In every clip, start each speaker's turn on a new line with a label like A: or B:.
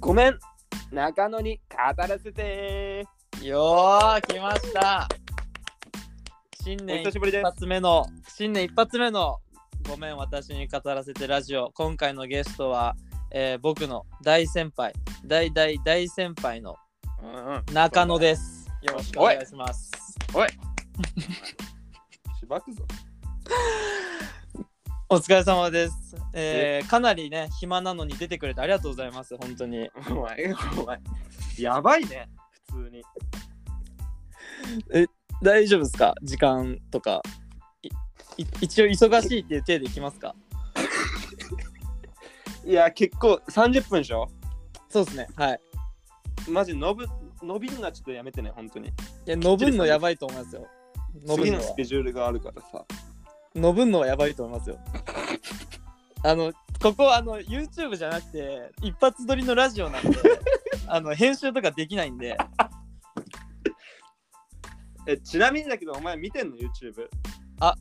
A: ごめん中野に語らせて
B: よー、来ました。新年
A: お久しぶりで
B: 一
A: す
B: 発目の、新年一発目の、ごめん、私に語らせてラジオ。今回のゲストは、えー僕の大先輩、大大大先輩の
A: うんうん。
B: 中野です。よろしくお願いします。
A: しば くぞ。
B: お疲れ様です、えーかなりね、暇なのに出てくれてありがとうございます、本当に。
A: お前、お前。やばいね、普通に。
B: 大丈夫ですか時間とか。いい一応忙しいっていう手でいきますか
A: いや、結構30分でしょ
B: そうですね、はい。
A: マジ伸ぶ、伸びるのはちょっとやめてね、本当に。
B: いや、伸ぶんのやばいと思いますよ。伸ぶ
A: 次
B: んの
A: の
B: は
A: スケジュールがあるからさ。
B: 伸ぶんのはやばいと思いますよ。あの、ここあの YouTube じゃなくて、一発撮りのラジオなん で、あの編集とかできないんで、
A: え、ちなみにだけど、お前見てんの ?YouTube。
B: あ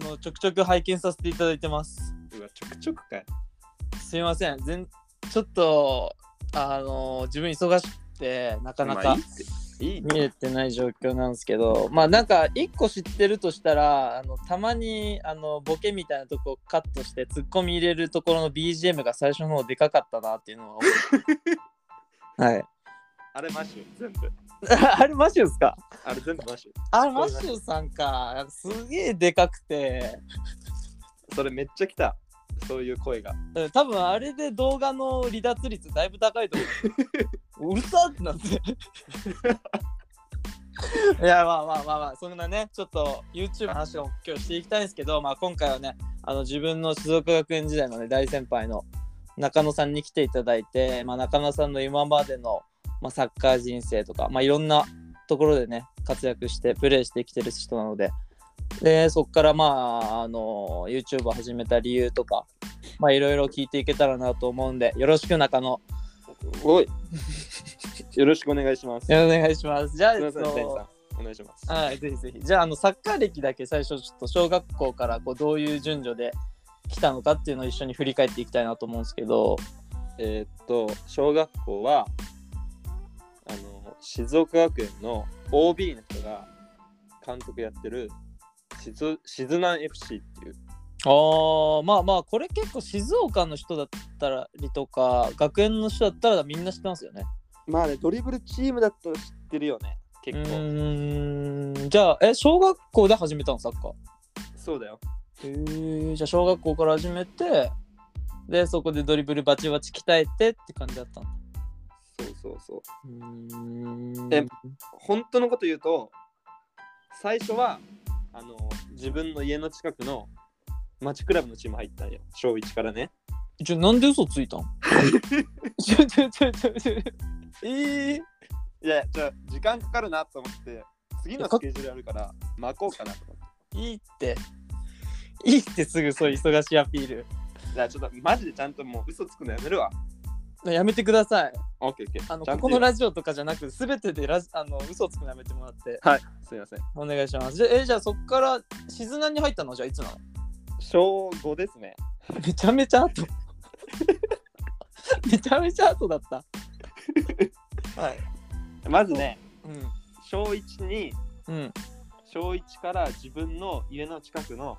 B: の、ちょくちょく拝見させていただいてます。
A: うわ、ちょくちょくかよ。
B: すいません、全ちょっと、あの、自分忙しくて、なかな
A: まあ
B: か
A: いいって。いい
B: 見れてない状況なんですけど、まあなんか、一個知ってるとしたら、あのたまにあのボケみたいなとこカットして、ツッコミ入れるところの BGM が最初の方でかかったなっていうのは思うはい。
A: あれマシュ、全部。
B: ああれマシュですか
A: あれ全部マシュ。
B: あれマシュさんかすげえでかくて
A: それめっちゃ来た。そういう声が。
B: うん多分あれで動画の離脱率だいぶ高いと思ううるさってなって いやまあまあまあまあそんなねちょっと YouTube の話を今日していきたいんですけど、まあ、今回はねあの自分の静岡学園時代の、ね、大先輩の中野さんに来ていただいて、まあ、中野さんの今までの、まあ、サッカー人生とか、まあ、いろんなところでね活躍してプレーしてきてる人なのででそこからまああの YouTube を始めた理由とか、まあ、いろいろ聞いていけたらなと思うんでよろしく中野よ
A: おい。よろしくお願いします。
B: ろしくお願いしますじゃあ
A: すみません、
B: えっと
A: 店員さん。お願いします。
B: はい、ぜひぜひ。じゃあ、あのサッカー歴だけ最初、ちょっと小学校からこうどういう順序で来たのかっていうのを一緒に振り返っていきたいなと思うんですけど、
A: えーっと小学校はあの静岡学園の OB の人が監督やってる静静南 FC っていう
B: あー、まあまあ、これ結構静岡の人だったりとか、学園の人だったらみんな知ってますよね。
A: まあねドリブルチームだったら知ってるよね
B: う
A: 結構
B: ーん、じゃあ、え、小学校で始めたの、サッカー。
A: そうだよ
B: へーじゃあ、小学校から始めて、で、そこでドリブルバチバチ鍛えてって感じだったの。
A: そうそうそう
B: うーん
A: え本当のこと言うと最初はあの自分の家の近くの町クラブのチーム入ったんよ小1からね
B: じゃ、なんで嘘ついたんちょちょちょちょちょ。ええ
A: いやじゃあ時間かかるなと思って次のスケジュールあるから巻こうかなと思って
B: いいって。いいってすぐそういう忙しいアピール。
A: じゃあちょっとマジでちゃんともう嘘つくのやめるわ
B: やめてください。
A: オッケーオッケー。
B: あの、
A: ちゃ
B: こ
A: んと
B: このラジオとかじゃなく、すべてでラジあの嘘つくのやめてもらって、
A: すいません。
B: お願いします。じゃあ、えじゃあそっから、静南に入ったのじゃあいつなの
A: 小5ですね。
B: めちゃめちゃ後。めちゃめちゃ後だった。はい。
A: まずね、
B: うん。
A: 小1に、
B: うん。
A: 小1から自分の家の近くの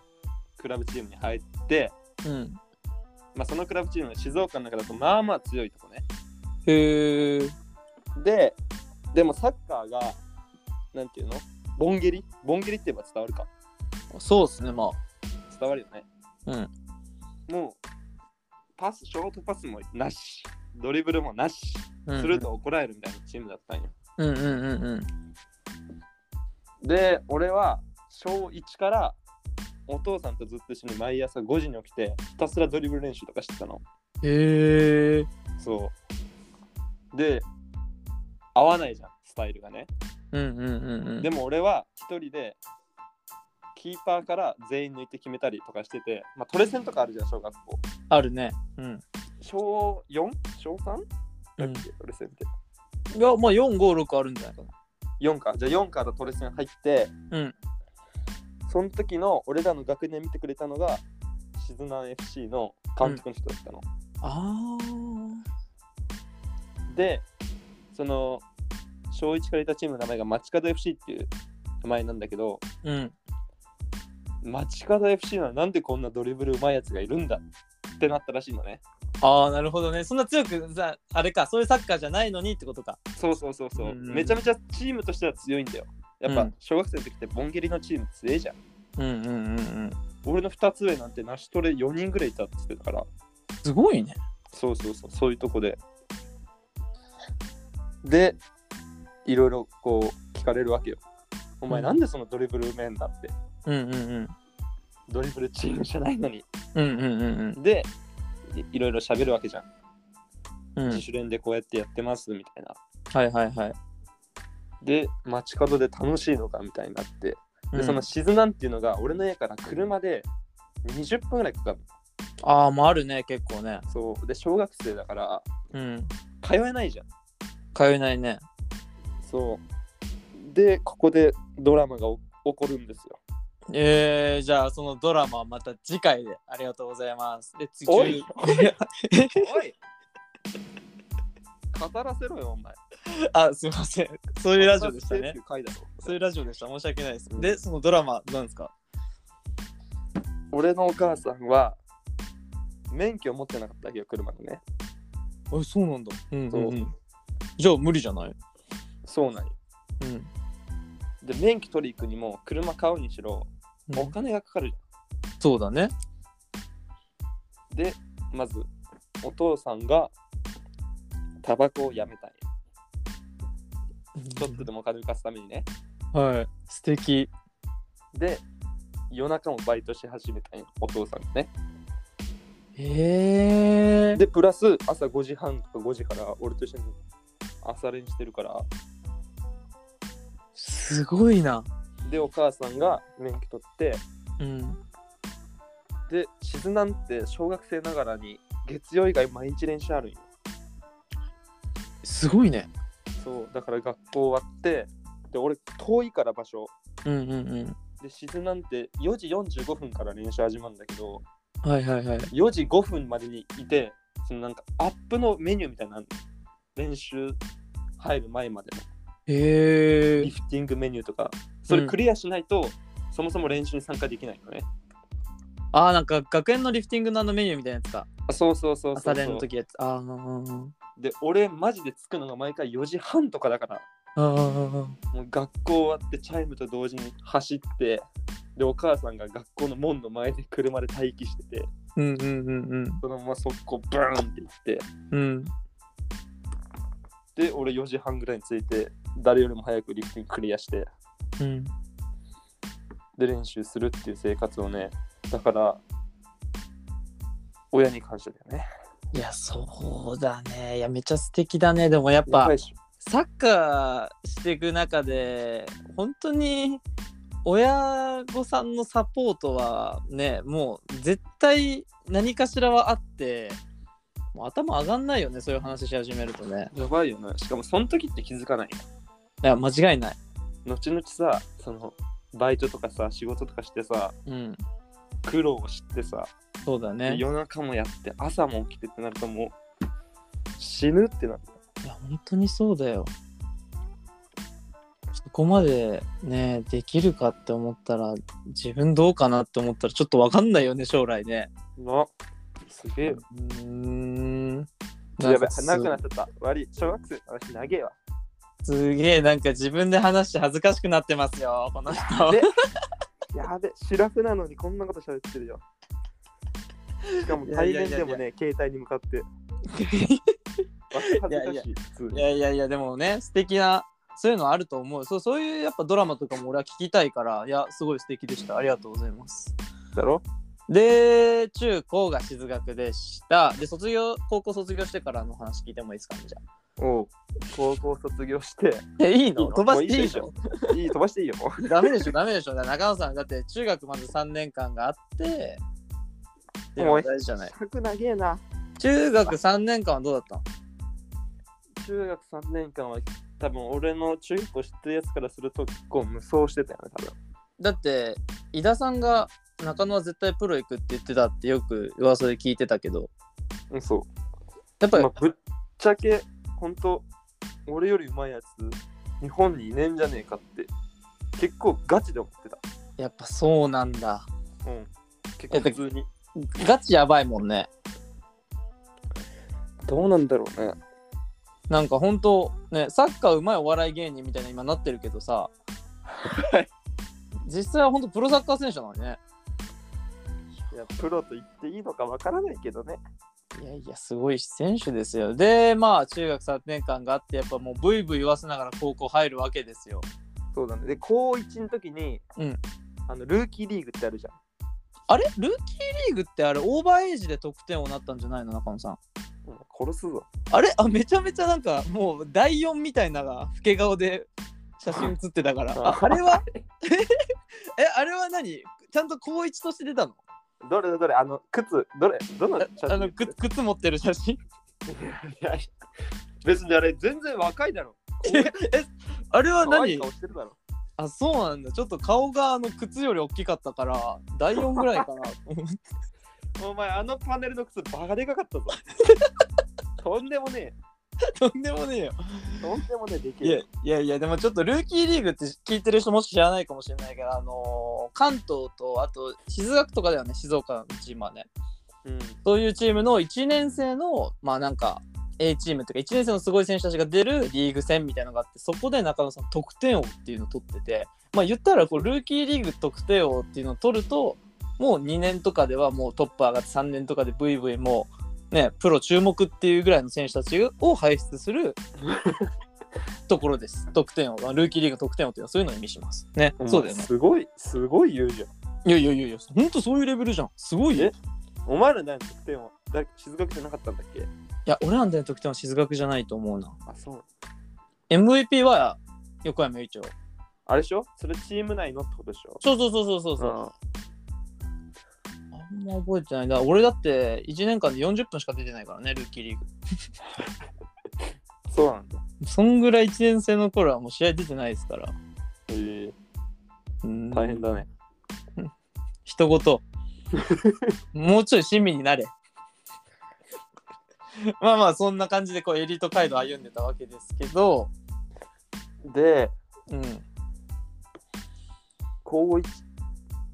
A: クラブチームに入って、
B: うん。
A: まあ、そのクラブチームは静岡の中だとまあまあ強いとこね。
B: へえ。
A: で、でもサッカーが、なんていうのボンゲリボンゲリって言えば伝わるか。
B: そうですね、まあ。
A: 伝わるよね。
B: うん。
A: もう、パス、ショートパスもなし。ドリブルもなし。
B: うん
A: すると怒られるみたいなチームだったんよ。
B: うんうんうんうん。
A: で俺は小1からお父さんとずっと一緒に毎朝5時に起きてひたすらドリブル練習とかしてたの
B: へえ。
A: そうで合わないじゃんスタイルがね、
B: うんうんうんうん。
A: でも俺は一人でキーパーから全員抜いて決めたりとかしてて、まあ、トレセンとかあるじゃん小学校
B: あるね。うん。
A: 小 4? 小 3? だっ
B: い
A: けトレセンって
B: や、まあ4、5、6あるんじゃないかな。
A: 4かじゃあ4からトレセン入って
B: うん。
A: その時の俺らの学年見てくれたのが静南 FC の監督の人だったの、
B: あ
A: でその小1からいたチームの名前が街角 FC っていう名前なんだけど
B: うん。
A: 街角 FC なのなんでこんなドリブルうまいやつがいるんだってなったらしいのね
B: ああ、なるほどね。そんな強くさ、あれか、そういうサッカーじゃないのにってことか。
A: そうそうそうそう、
B: うん
A: めちゃめちゃチームとしては強いんだよやっ
B: う
A: ぱ
B: ん
A: 小学生の時ってボンゲリのチーム強えじゃん
B: うんうんうんうん。
A: 俺の2つ上なんてナシトレ4人ぐらいいたって言ってたから
B: すごいね。
A: そうそうそうそういうとこででいろいろこう聞かれるわけよお前
B: うん
A: なんでそのドリブルうめえんだって
B: うんうんうん。
A: ドリブルチームじゃないのに
B: うんうんうん
A: でいいろいろ喋るわけじゃん、
B: うん。うん
A: 自主練でこうやってやってますみたいな
B: はいはいはい。
A: で街角で楽しいのかみたいになって
B: う
A: で
B: ん
A: そのシズナンっていうのが俺の家から車で20分ぐらいかかる
B: ああ、もうあるね、結構ね。
A: そうで小学生だから
B: うん。
A: 通えないじゃん
B: 通えないね。
A: そうでここでドラマがお起こるんですよ
B: えー、じゃあそのドラマはまた次回でありがとうございます。で、次
A: おい
B: え
A: おい語らせろよお前
B: あ、すいません。そういうラジオでした
A: 語らせてっ
B: ね
A: てい。う回だろ
B: そういうラジオでした。申し訳ないです。で、そのドラマなんですか
A: 俺のお母さんは免許持ってなかったわけよ車のね
B: あ、そうなんだ。うん
A: そう
B: じゃあ無理じゃない
A: そうなんよ
B: うん。
A: で免許取り行くにも車買うにしろ
B: うん
A: お金がかかるじ
B: そうだね。
A: ゃんでまずお父さんがタバコをやめたいちょっとでもお金浮かすためにね
B: はい。素敵。
A: で夜中もバイトし始めたんよお父さんがね
B: えー。
A: でプラス朝5時半とか5時から俺と一緒に朝練してるから
B: すごいな。
A: でお母さんが免許取って
B: うん。
A: でしずなんて小学生ながらに月曜以外毎日練習あるんよ
B: すごいね。
A: そうだから学校終わってで俺遠いから場所
B: うんうん
A: でしずなんて4時45分から練習始まるんだけど
B: うん。はいはいはい。
A: 4時5分までにいてそのなんかアップのメニューみたいなのあんの練習入る前までの
B: え
A: リ
B: ー。
A: フティングメニューとかそれクリアしないと、そもそも練習に参加できないのね
B: あー、なんか学園のリフティングのあのメニューみたいなやつか。
A: あそうそうそうそうそ
B: 朝
A: う
B: 練の時やつ。あー
A: で俺マジで着くのが毎回4時半とかだから
B: あー。
A: もう学校終わってチャイムと同時に走ってでお母さんが学校の門の前で車で待機してて
B: うんうんうん
A: そのまま速攻ブーンって行って
B: うん。うん。
A: で俺4時半ぐらいに着いて誰よりも早くリフティングクリアして
B: うん。
A: で練習するっていう生活をねだから親に感謝だよね
B: いや、そうだね。いや、めっちゃ素敵だね。でもやっ
A: や
B: ぱ
A: ばい、っしょ
B: サッカーしていく中で、本当に親御さんのサポートはね、もう絶対何かしらはあって、もう頭上がんないよね、そういう話し始めるとね。
A: やばいよねしかもその時って気づかない
B: いや、間違いない。
A: 後々さそのバイトとかさ仕事とかしてさ
B: うん。
A: 苦労を知ってさ
B: そうだね。いや、
A: 夜中もやって朝も起きてってなるともう死ぬってなる
B: 本当にそうだよ。そこまでね、できるかって思ったら、自分どうかなって思ったら、ちょっとわかんないよね、将来ね。
A: なすげえよ
B: うーん。
A: やべ
B: んかす
A: 長くなっちゃった悪い小学生の話長えわ
B: すげえなんか自分で話して恥ずかしくなってますよこの人
A: でやべシラフなのにこんなこと喋ってるよしかも対面でもね
B: いやいやい
A: 携帯に向かってわ恥ずかしい普通
B: い
A: に
B: やいやいやでもね素敵なそういうのあると思うそうそういうやっぱドラマとかも俺は聞きたいからいやすごい素敵でしたありがとうございます
A: だろ
B: で中高が静学でしたで卒業高校卒業してからの話聞いてもいいですかねじゃ
A: おう高校卒業して
B: あえいい
A: の
B: の飛ば
A: もう
B: し
A: いいで
B: ていい
A: しょ
B: の
A: いい飛ばしていいよもう
B: ダメでしょダメでしょだから中野さんだって中学まず3年間があってで
A: も
B: も
A: う
B: 大事じゃない
A: 尺長えな
B: 中学3年間はどうだったの
A: 中学3年間は多分俺の中学校知ってるやつからすると結構無双してたよね多分
B: だって井田さんが中野は絶対プロ行くって言ってたってよく噂で聞いてたけど
A: うんそう
B: やっぱり、
A: まあぶっちゃけほんと俺よりうまいやつ日本にいねえんじゃねえかって結構ガチで思ってた
B: やっぱそうなんだ
A: うん結構普通に
B: ガチやばいもんね
A: どうなんだろうね
B: なんか本当ねサッカーうまいお笑い芸人みたいな今なってるけどさ
A: はい
B: 実際は本当プロサッカー選手なのにね
A: いやプロと言っていいのかわからないけどね
B: いやいやすごい選手ですよでまあ中学3年間があってやっぱもうブイブイ言わせながら高校入るわけですよ
A: そうだねで高1の時に、
B: うん
A: あのルーキーリーグってあるじゃん
B: あれルーキーリーグってあれオーバーエイジで得点をなったんじゃないの中野さん
A: うん殺すぞ
B: あれあめちゃめちゃなんかもう第4みたいなのが老け顔で写真写ってたからああ れはえ あれは何ちゃんと高1として出たの
A: どれどれあの靴どれどの
B: あ
A: 写真
B: あの靴靴持ってる 写真
A: いやいや 別にあれ全然若いだろ
B: えあれは
A: 可愛い
B: 何
A: 顔してるだろ
B: あそうなんだちょっと顔があの靴より大きかったから第4ぐらいかな
A: お前あのパネルの靴バカでかか ったぞとんでもね
B: とんでもねえよ
A: えとんでもねえでけ
B: いや
A: え
B: いやいやでもちょっとルーキーリーグって聞いてる人もし知らないかもしれないからあのー関東とあと静岡とかだよね静岡のチームはね
A: うん
B: そういうチームの1年生のまあなんか A チームとか1年生のすごい選手たちが出るリーグ戦みたいなのがあってそこで中野さん得点王っていうのを取っててまあ言ったらこうルーキーリーグ得点王っていうのを取るともう2年とかではもうトップ上がって3年とかでブイブイもうねプロ注目っていうぐらいの選手たちを輩出するところです得点王はルーキーリーグの得点王っていうのはそういうのを意味しますね
A: お前
B: そうだよね
A: すごいすごい言うじゃん
B: いやいやいやいやほんとそういうレベルじゃんすごいよ
A: えお前ら何得点をだ静学じゃなかったんだっけ
B: いや俺らの得点は静学じゃないと思うな
A: あそう
B: MVP は横山由依ちょ
A: あれでしょそれチーム内のってことでしょ
B: そうそうそうそうそうそう、
A: うん
B: あんま覚えてないな俺だって1年間で40分しか出てないからねルーキーリーグ
A: そうなんだ
B: そんぐらい1年生の頃はもう試合出てないですから
A: へえ
B: うん
A: 大変だね
B: 人 ごともうちょい親身になれまあまあそんな感じでこうエリート街道歩んでたわけですけど
A: で
B: うん
A: 高一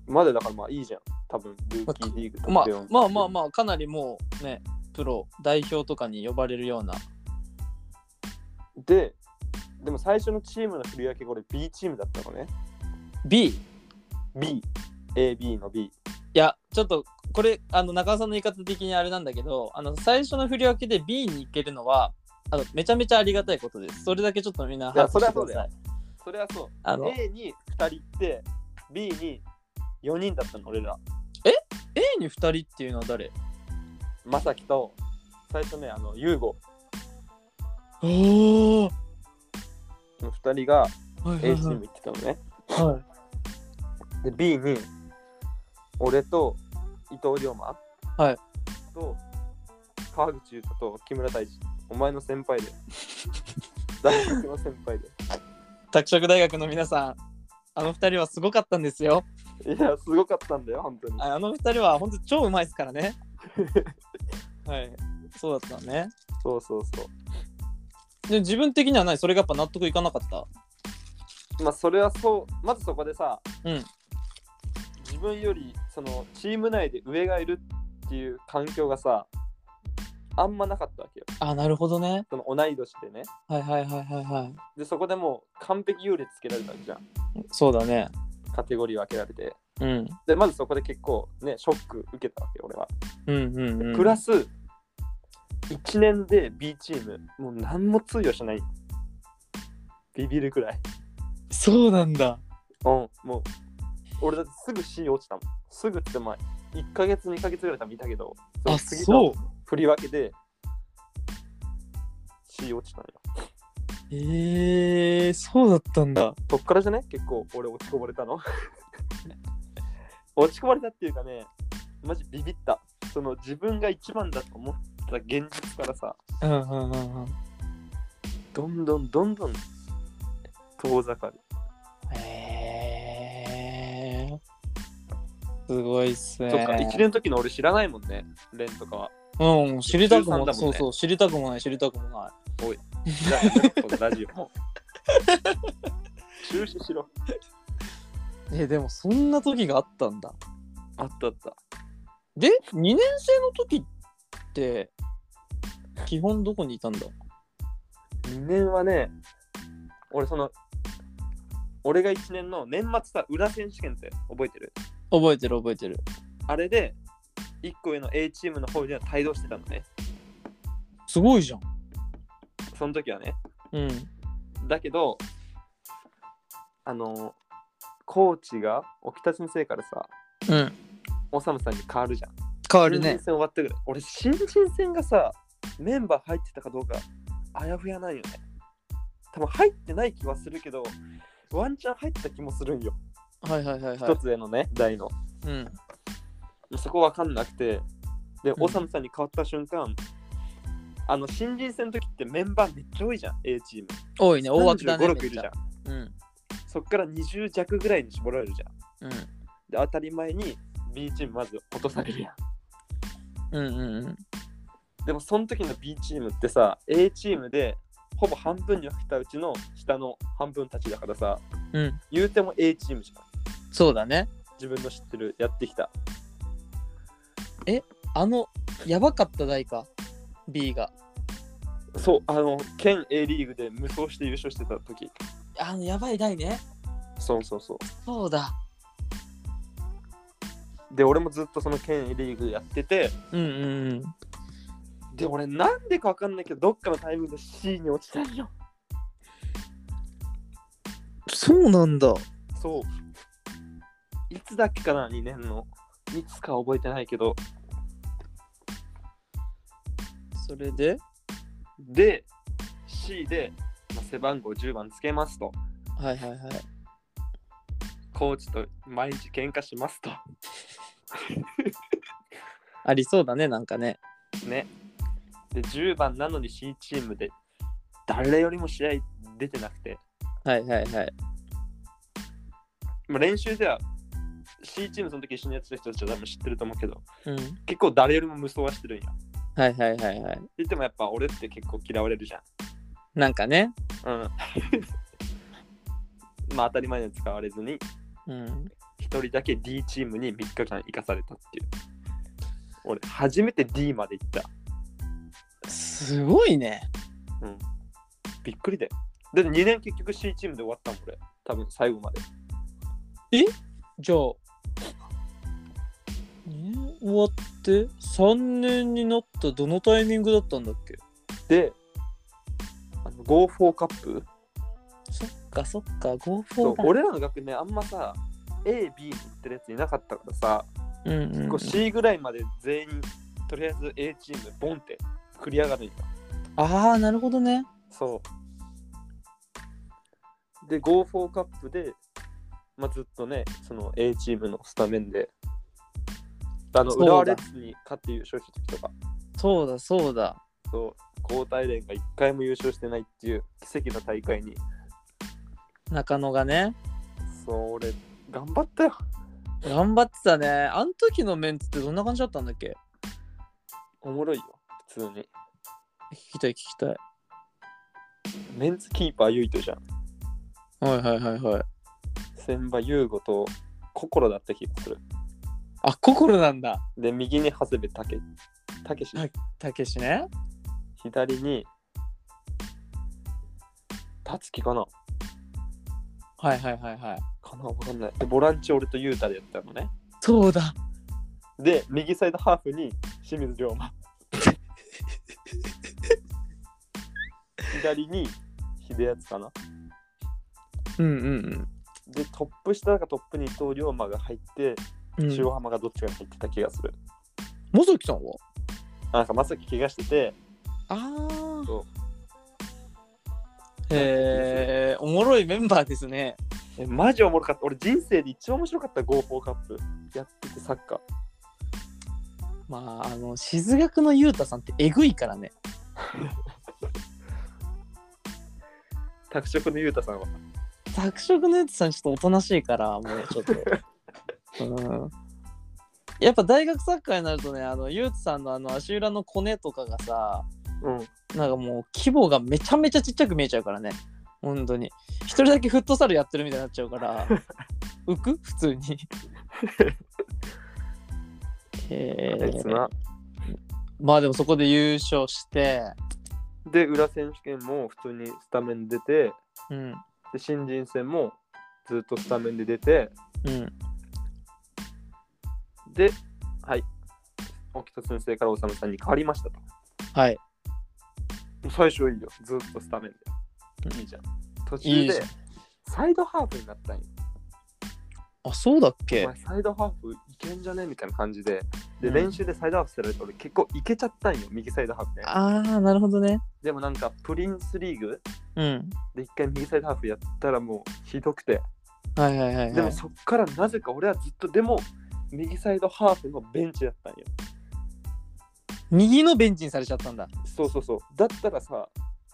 A: までだからまあいいじゃん多分ルーキーリーグと
B: まあまあまあまあかなりもうねプロ代表とかに呼ばれるような
A: あででも最初のチームの振り分けこれ B チームだったのね
B: B
A: BAB の B
B: いやちょっとこれあの中尾さんの言い方的にあれなんだけどあの最初の振り分けで B に行けるのはあのめちゃめちゃありがたいことですそれだけちょっとみんない
A: や
B: 把握してく
A: そ
B: だ
A: りゃ
B: さ
A: そ
B: い
A: それはそう
B: あの
A: A に2人行って B に4人だったの俺ら
B: A に2人っていうのは誰
A: まさきと最初ねあのユーゴ
B: おお
A: の2人が
B: はい
A: A チーム行ってたのね
B: は
A: で B に俺と伊藤龍馬
B: はい
A: と川口優太と木村大地お前の先輩で 大学の先輩で
B: い拓殖大学の皆さんあの2人はすごかったんですよ
A: いやすごかったんだよ本当に
B: ああの2人は本当超うまいですから ねはいそうだったのね
A: そうそうそう
B: で自分的にはないそれがやっぱ納得いかなかった
A: まあそれはそうまずそこでさ、
B: うん
A: 自分よりそのチーム内で上がいるっていう環境がさあんまなかったわけよ
B: あなるほどね
A: その同い年でね
B: はいはいはいはいはい
A: でそこでもう完璧優劣つけられたわけじゃん
B: そうだね
A: カテゴリー分けられて
B: うん
A: でまずそこで結構ねショック受けたわけ俺は、
B: うんうんうん
A: プラス1年で B チームもう何も通用しないビビるくらい
B: そうなんだ。
A: うんもう俺だってすぐ C 落ちたもんすぐってまあ1ヶ月2ヶ月ぐらい多分いたけど
B: あ、
A: その
B: そう。
A: 振り分けで C 落ちたのよ
B: えー、そうだったんだ。
A: そっからじゃね結構俺落ちこぼれたの 落ちこぼれたっていうかねマジビビったその自分が一番だと思った現実からさ
B: うんうんうんうん。
A: どんどんどんどん遠ざかる
B: えー。すごいっすね。
A: そっか1年の時の俺知らないもんねレンとかは
B: うん、知りたくも
A: 13だもんね
B: そうそう、知りたくもない、知りたくもない。
A: おいじゃあやめろこのラジオもう中止しろ
B: えでもそんな時があったんだ
A: あったあった
B: で2年生の時って基本どこにいたんだ
A: 2年はね俺その俺が1年の年末さ裏選手権って覚えてる
B: 覚えてる覚えてる
A: あれで1個上の A チームの方では帯同してたのね
B: すごいじゃん
A: その時はね
B: うん
A: だけどあのコーチが沖田先生からさ
B: うん
A: おさむさんに変わるじゃん
B: 変わ
A: 新人戦終わってくる俺新人戦がさメンバー入ってたかどうかあやふやなんよね多分入ってない気はするけどワンチャン入ってた気もするんよ
B: はいはいはい
A: 一、
B: はい
A: つ上のね台の
B: うん
A: そこ分かんなくてで
B: ん
A: おさむさんに変わった瞬間、あの新人戦の時ってメンバーめっちゃ多いじゃん A チーム
B: 多いね大枠だね
A: 5 6いるじゃん
B: んうん
A: そっから20弱ぐらいに絞られるじゃん
B: うん
A: で当たり前に B チームまず落とされるやん
B: うんうんうん
A: でもその時の B チームってさ A チームでほぼ半分に分けたうちの下の半分たちだからさ
B: うん
A: 言うても A チームじゃん
B: そうだね
A: 自分の知ってるやってきた
B: あのやばかった代か B が
A: そうあの県 A リーグで無双して優勝してた時
B: あのやばい代ね
A: そうそうそ
B: そうだ
A: うで俺もずっとその県 A リーグやってて
B: うんうんうん
A: で俺なんでか分かんないけどどっかのタイミングで C に落ちたんよ
B: そうなんだ
A: そういつだっけかな2年のいつか覚えてないけど
B: それで
A: で C で、まあ背番号10番つけますと
B: はいはいはい
A: コーチと毎日喧嘩しますと。
B: ありそうだねなんかね
A: ね。で、10番なのに C チームで誰よりも試合出てなくて、
B: はいはいはい
A: まあ、練習では C チームその時一緒にやってた人たちは多分知ってると思うけど、
B: うん
A: 結構誰よりも無双はしてるんや。
B: はいはいはいはい
A: 言ってもやっぱ俺って結構嫌われるじゃ
B: なんかね
A: ん。うん。 まあ当たり前には使われずに、
B: うん
A: 1人だけ D チームに3日間生かされたっていう。俺、初めて D まで行った。
B: すごいね
A: びっくりだよ。だって2年結局 C チームで終わったもん、俺。多分最後まで。
B: じゃあね終わって3年になったどのタイミングだったんだっけ
A: で、あの Go4 カップ
B: そっかそっか合
A: そ
B: 法
A: う
B: だ
A: 俺らの学年あんまさ、A、B に行ってるやついなかったからさ、
B: うんうんうん
A: こう C ぐらいまで全員、とりあえず A チーム、ボンって繰り上がるんよ。
B: ああなるほどね
A: そう。で、Go4 カップで、まあ、ずっとね、その A チームのスタメンで、あの、
B: そうだ
A: 浦和レッズに勝って優勝した時とか、
B: そうだそうだ
A: そう、交代連が1回も優勝してないっていう奇跡の大会に、
B: 中野がね
A: そう、俺、頑張ったよ。
B: 頑張ってたねあの時のメンツってどんな感じだったんだっけ
A: おもろいよ、普通に。
B: 聞きたい聞きたい
A: メンツキーパーユイトじゃん。
B: はいはいはいはい
A: 千葉優吾と心だった気がする。
B: あ心なんだ
A: で、右に長谷部たけたけし、
B: はいたけしね
A: 左に、たつきかな
B: はいはいはいはい
A: かなわかんない。で、ボランチ俺とユータでやったのね。
B: そうだ
A: で、右サイドハーフに清水龍 馬。左に秀奴かな
B: うんうん
A: で、トップ下がトップに伊藤龍馬が入って、
B: うんうん
A: 塩浜がどっちかに入ってた気がする。
B: もぞきさんは
A: なんかまさき怪我してて、
B: あ
A: そ
B: あへえおもろいメンバーですね
A: えマジおもろかった俺人生で一番面白かった GoFo カップやっててサッカー
B: まああの静学のゆうたさんってえぐいからね
A: 拓殖のゆうたさんは
B: 拓殖のゆうたさんちょっとおとなしいからもうちょっ とうんやっぱ大学サッカーになるとねあのゆうたさんのあの足裏のコネとかがさ
A: うん。
B: なんかもう規模がめちゃめちゃちっちゃく見えちゃうからね本当に一人だけフットサルやってるみたいになっちゃうから 浮く普通にえ
A: あいつな
B: ー、まあでもそこで優勝して
A: で、裏選手権も普通にスタメン出て、
B: うん
A: で新人戦もずっとスタメンで出て、
B: うん
A: で、はい、沖田先生からおさむさんに変わりましたと。も
B: はいう
A: 最初いいよ、ずっとスタメン
B: うん
A: で。いいじゃん。途
B: い
A: 中
B: いじ
A: で
B: ゃん
A: サイドハーフになったんよ。
B: あそうだっ
A: お
B: け
A: 前サイドハーフいけんじゃねみたいな感じで。で、
B: うん
A: 練習でサイドハーフしてられて俺結構いけちゃったんよ、右サイドハーフね。
B: ああなるほどね
A: でもなんかプリンスリーグ
B: うん
A: で一回右サイドハーフやったらもうひどくて。
B: はいはいはい、はい、
A: でもそっからなぜか俺はずっとでも右サイドハーフのベンチだったんよ。
B: 右のベンチにされちゃったんだ
A: そうそうそう。だったらさ、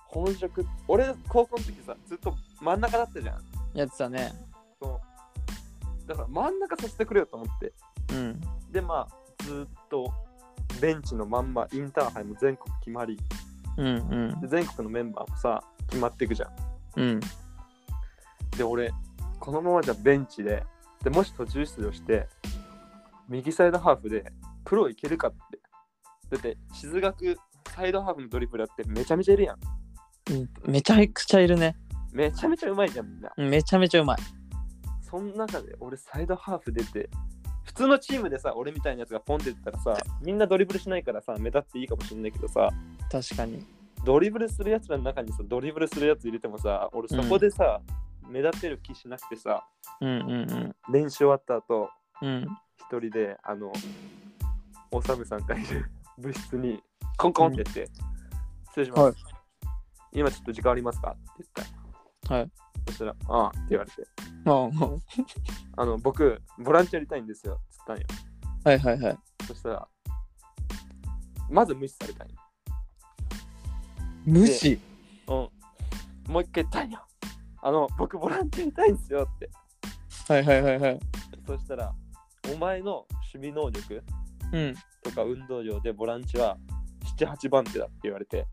A: 本職、俺高校の時さ、ずっと真ん中だったじゃん。
B: やってたね
A: そうだから真ん中させてくれよと思って。
B: うん
A: で、まあ、ずっとベンチのまんまインターハイも全国決まり、
B: うんうん
A: で全国のメンバーもさ、決まっていくじゃん。
B: うん
A: で、俺、このままじゃベンチで、でもし途中出場して、右サイドハーフでプロいけるかって。だって、静学サイドハーフのドリブラーってめちゃめちゃいるやん。
B: うんめちゃくちゃいるね
A: めちゃめちゃうまいじゃん、みんな。
B: うんめちゃめちゃうまい
A: その中で俺サイドハーフ出て、普通のチームでさ、俺みたいなやつがポンって出たらさ、みんなドリブルしないからさ、目立っていいかもしれないけどさ、
B: 確かに
A: ドリブルするやつらの中にさ、ドリブルするやつ入れてもさ、俺そこでさ、目立てる気しなくてさ、
B: うんうん
A: 練習終わった後、
B: うんうん
A: 一人で、あの、おさむさんがいる 部室にコンコンってやって、失礼します、
B: はい
A: 今ちょっと時間ありますかって言った
B: はい。
A: そしたら、ああって言われて、
B: うんうん
A: あの、僕、ボランティアやりたいんですよ、つったんよ。
B: はいはいはい
A: そしたら、まず無視されたんよ。
B: 無視
A: うん。もう一回言ったんよ。あの、僕ボランティアいたいんですよって。
B: はいはいはいはい
A: そしたら、お前の守備能力
B: うん
A: とか運動量でボランチは7、8番手だって言われ て。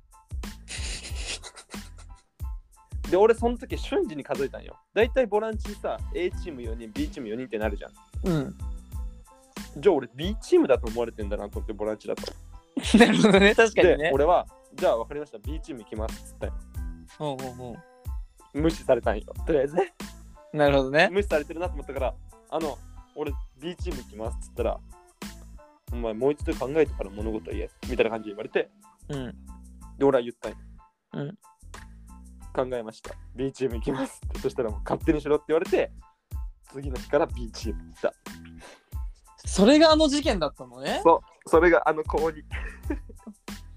A: で、俺その時瞬時に数えたんよ。だいたいボランチさ、A チーム4人、B チーム4人ってなるじゃん。
B: うん
A: じゃあ俺 B チームだと思われてんだなと思ってボランチだと。
B: なるほどね確かに
A: で
B: ね、
A: 俺は、じゃあ分かりました、B チーム行きますっつったんよ。
B: うんうんう
A: 無視されたんよ。とりあえずね。
B: んなるほどね
A: 無視されてるなと思ったから、あの、俺 B チーム行きますっつったら、お前もう一度考えてから物事言え、みたいな感じで言われて、
B: うん
A: で、俺は言ったんよ。
B: うん
A: 考えました。B チーム行きますって。そしたらもう勝手にしろって言われて、次の日から B チーム行った。
B: それがあの事件だったのね
A: そう、それがあの高2。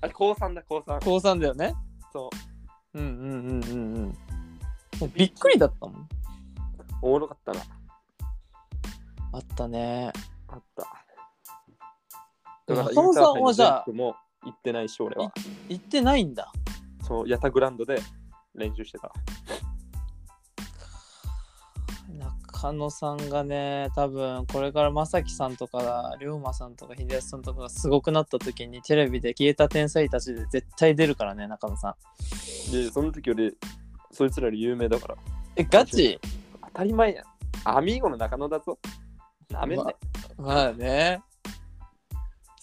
A: あ、高3だ、高3。
B: 高3だよね
A: そう。
B: うんうんうんうんうんびっくりだったもん
A: おもろかったな。
B: あったね
A: あった。
B: 中尾さんはじゃあ
A: インターハイの全国も行ってないし、俺は。
B: 行ってないんだ
A: そう、ヤタグランドで練習してた。
B: 中野さんがね多分これから正樹さんとか龍馬さんとか秀康さんとかがすごくなった時にテレビで消えた天才たちで絶対出るからね中野さん
A: で、その時俺、そいつらより有名だから。
B: えガチ
A: 当たり前やん。アミーゴの中野だぞ。なめんね。
B: まあね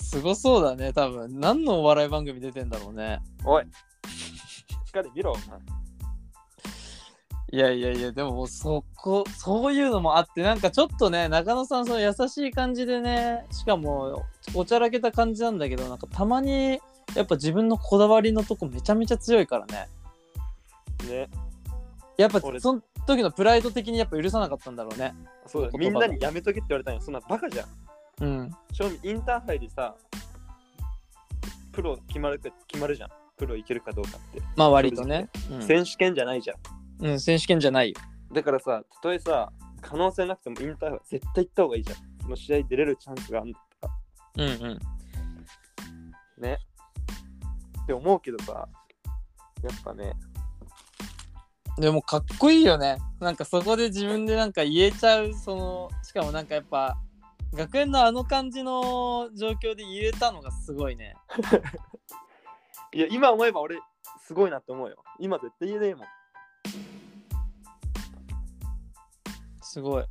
B: すごそうだね多分何のお笑い番組出てんだろうね
A: おい。しっかり見ろ、お前
B: いやいやいやでももうそこそういうのもあってなんかちょっとね中野さんその優しい感じでねしかもおちゃらけた感じなんだけどなんかたまにやっぱ自分のこだわりのとこめちゃめちゃ強いからね
A: ね。
B: やっぱ
A: 俺
B: その時のプライド的にやっぱ許さなかったんだろうね。
A: そうだよ。み
B: 言
A: ん
B: 葉
A: な
B: が
A: にやめとけって言われたんよ。そんなバカじゃん。
B: うん。
A: 正味、インターハイでさ、プロ決まるか決まるじゃん。プロいけるかどうかって。
B: まあ割とね。
A: 選手権じゃないじゃん。
B: うん、うん、選手権じゃないよ。
A: だからさ、たとえさ、可能性なくてもインターハイは絶対行った方がいいじゃん。その試合出れるチャンスがある
B: うんうん。
A: ね。って思うけどさ、やっぱね、
B: でもかっこいいよね。なんかそこで自分でなんか言えちゃう、その、しかもなんかやっぱ、学園のあの感じの状況で言えたのがすごいね。
A: いや、今思えば俺、すごいなって思うよ。今絶対言えねえもん。
B: すごい。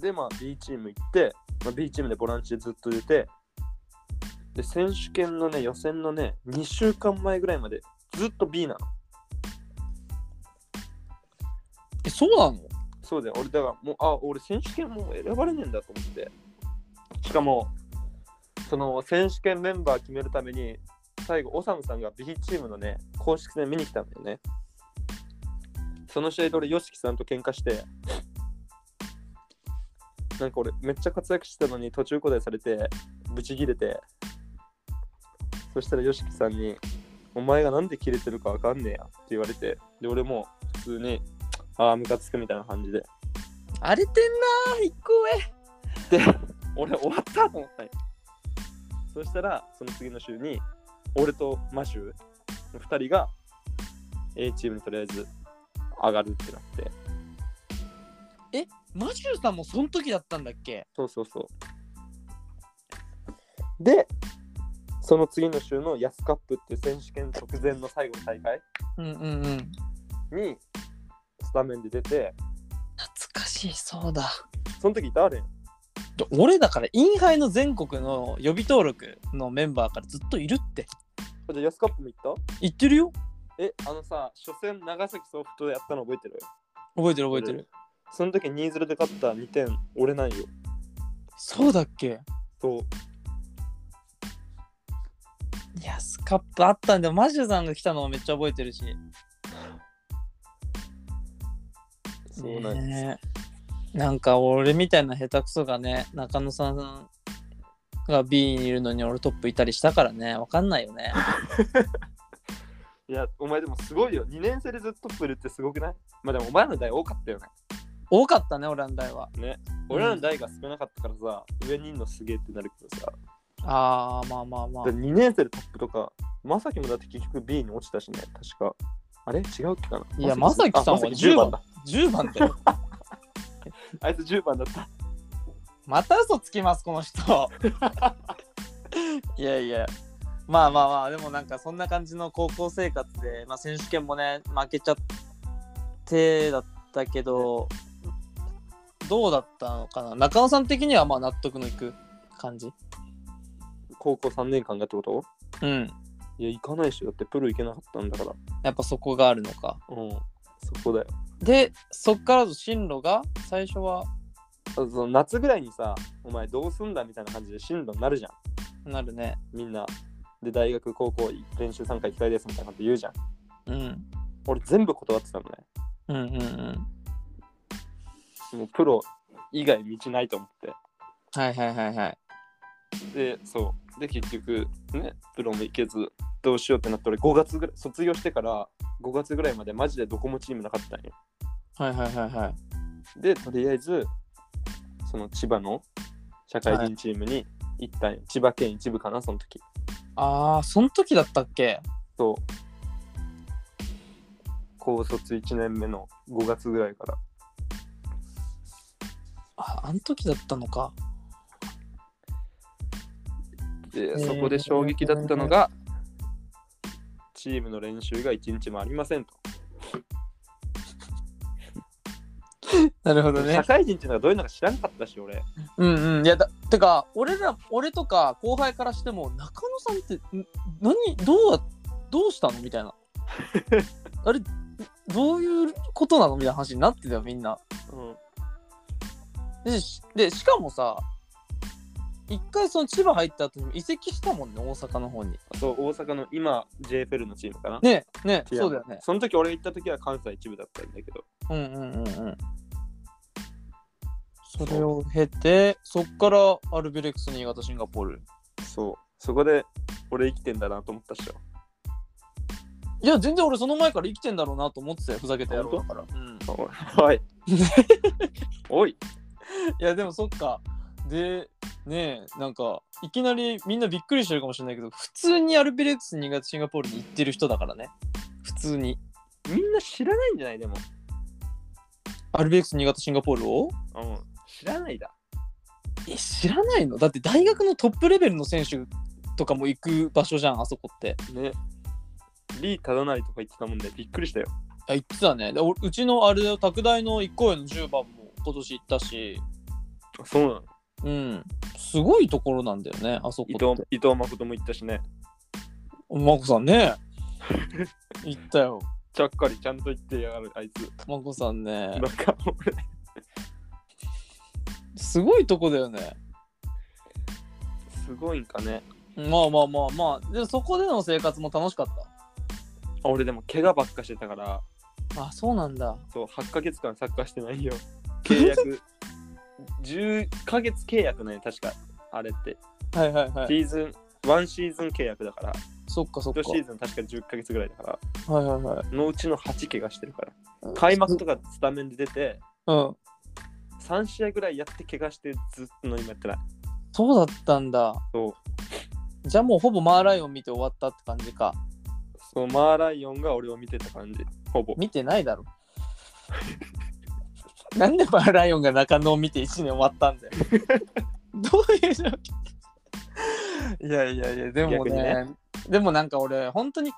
A: で、まあ、B チーム行って、まあ、B チームでボランチでずっと出て、で、選手権のね、予選のね、2週間前ぐらいまで、ずっと B なの。
B: え、そうなの
A: そうだよ、俺、だから、もう、あ、俺、選手権もう選ばれねえんだと思って。しかも、その、選手権メンバー決めるために、最後、オサムさんが B チームのね、公式戦見に来たんだよね。その試合で俺、ヨシキさんと喧嘩して、なんか俺、めっちゃ活躍してたのに、途中交代されて、ブチギレて、そしたらヨシキさんに、お前がなんでキレてるかわかんねえやって言われて、で、俺も普通に、ああ、ムカつくみたいな感じで。
B: 荒れてんなー、一個
A: 俺終わったと思ったんよそしたらその次の週に俺とマシューの2人が A チームにとりあえず上がるってなって
B: 上。マジューさんもその時だったんだっけ
A: そうそうそうでその次の週のヤスカップっていう選手権直前の最後の大会
B: うんうんうん。懐
A: にスタメンで出て
B: かしい、そうだ。
A: その時いたあれん
B: で俺だから、インハイの全国の予備登録のメンバーからずっといるって。
A: じゃあヤスカップも行っ
B: 言ってるよ
A: たえあのさ初戦長崎ソフトでやったの覚えてる
B: 覚えてる覚えてる。
A: その時2-0で勝った2点折れないよ
B: そうだっけ
A: そう
B: いや、スカップあったんで、マジューさんが来たのもめっちゃ覚えてるし。
A: そうなんです
B: ねえなんか俺みたいな下手くそがね中野さんが B にいるのに俺トップいたりしたからねわかんないよね
A: いや、お前でもすごいよ。2年生でずっとトップいるってすごくないまあでもお前らの代多かったよね。
B: 多かったね俺の代は
A: 俺らの代が少なかったからさ、上にいんのすげえってなるけどさ。
B: あーまあまあまあ
A: 2年生でトップとか、まさきもだって結局 B に落ちたしね、確か。あれ違うっけかない
B: やまさきさんは
A: あま10
B: 10番
A: だ。
B: 10番だよ
A: あいつ10番だった。
B: また嘘つきますこの人 いやいやまあまあまあでもなんかそんな感じの高校生活で、まあ、選手権もね負けちゃってだったけどどうだったのかな中野さん的にはまあ納得のいく感じ
A: 高校3年間がってこと
B: うん
A: いや、行かないでしょ。だってプロ行けなかったんだから。
B: やっぱそこがあるのか
A: うん。そこだよ。
B: でそっからの進路が最初は
A: あその夏ぐらいにさ、お前どうすんだみたいな感じで進路になるじゃん。
B: なるね
A: みんな。で、大学、高校、練習参加行きたいですみたいなこと言うじゃん。
B: うん
A: 俺全部断ってたのね。
B: うんうんうん
A: もうプロ以外道ないと思っ
B: はいはいはいはい
A: て。で、そう。で、結局、ね、プロも行けず、どうしようってなって、俺5月ぐらい、卒業してから5月ぐらいまでマジでどこもチームなかったんよ。
B: はいはいはいはい
A: で、とりあえず、その千葉の社会人チームに行ったんよ。千葉県一部かな、その時。
B: ああその時だったっけ
A: そう。高卒1年目の5月ぐらいから。
B: ああの時だったのか
A: で、そこで衝撃だったのが、チームの練習が1日もありませんと。
B: なるほど
A: 社会人っていうのがどういうのか知らなかったし、俺。
B: うんうんいやだてか俺ら俺とか後輩からしても中野さんってん何どうやどうしたのみたいなあれどういうことなのみたいな話になってたよみんな
A: うん。
B: でしでしかもさ一回その千葉入った後にも移籍したもんね大阪の方に
A: そう、大阪の今、JFL のチームかな。
B: ねえねえ
A: 違
B: そうだよね
A: その時俺行った時は関西一部だったんだけど。
B: うんうんうんうんそれを経てそっからアルビレックス新潟シンガポール
A: そう。そこで、俺生きてんだなと思ったっしょ。
B: いや全然俺その前から生きてんだろうなと思ってたよふざけた野郎だから、うん、
A: おい。 おい。
B: いやでもそっかでねえなんかいきなりみんなびっくりしてるかもしれないけど普通にアルビレックス新潟シンガポールに行ってる人だからね普通に
A: みんな知らないんじゃないでも。
B: アルビレックス新潟シンガポールを
A: うん。知らないだ。
B: え知らないのだって大学のトップレベルの選手とかも行く場所じゃんあそこって
A: ね。リー・タダナリとか言ってたもんね、びっくりしたよ。
B: あ行ってたねでおうちのあれだよ拓大の一公園の10番も今年行ったし
A: あそうなの
B: うんすごいところなんだよねあそこ
A: 伊
B: っ
A: 藤
B: て
A: 伊藤誠も言ったしね。
B: マコさ んね行ったよ
A: ちゃっかりちゃんと言ってやがる、あいつ。
B: マコさんね
A: なんか俺、
B: すごいとこだよね
A: すごいんかね。
B: まあまあまあまあでそこでの生活も楽しかった
A: あ俺でも怪我ばっかしてたから、
B: あそうなんだ
A: そう、8ヶ月間サッカーして ないよ。契約、10ヶ月契約ね、確か、あれって。
B: はいはいはい
A: シーズン、1シーズン契約だから、
B: そっかそっか
A: 1シーズン確か10ヶ月ぐらいだから、
B: はいはいはい
A: のうちの8怪我してるから。開幕とかスタメンで出て、
B: うん
A: 3試合ぐらいやって怪我してずっと何もやってない。
B: そうだったんだ
A: そう。
B: じゃあもうほぼマーライオン見て終わったって感じか
A: そうマーライオンが俺を見てた感じ、ほぼ。
B: 見てないだろ なんでマーライオンが中野を見て1年終わった んだよどういう状況いやいやいやでも
A: 逆に
B: ね
A: ね
B: でもなんか俺本当に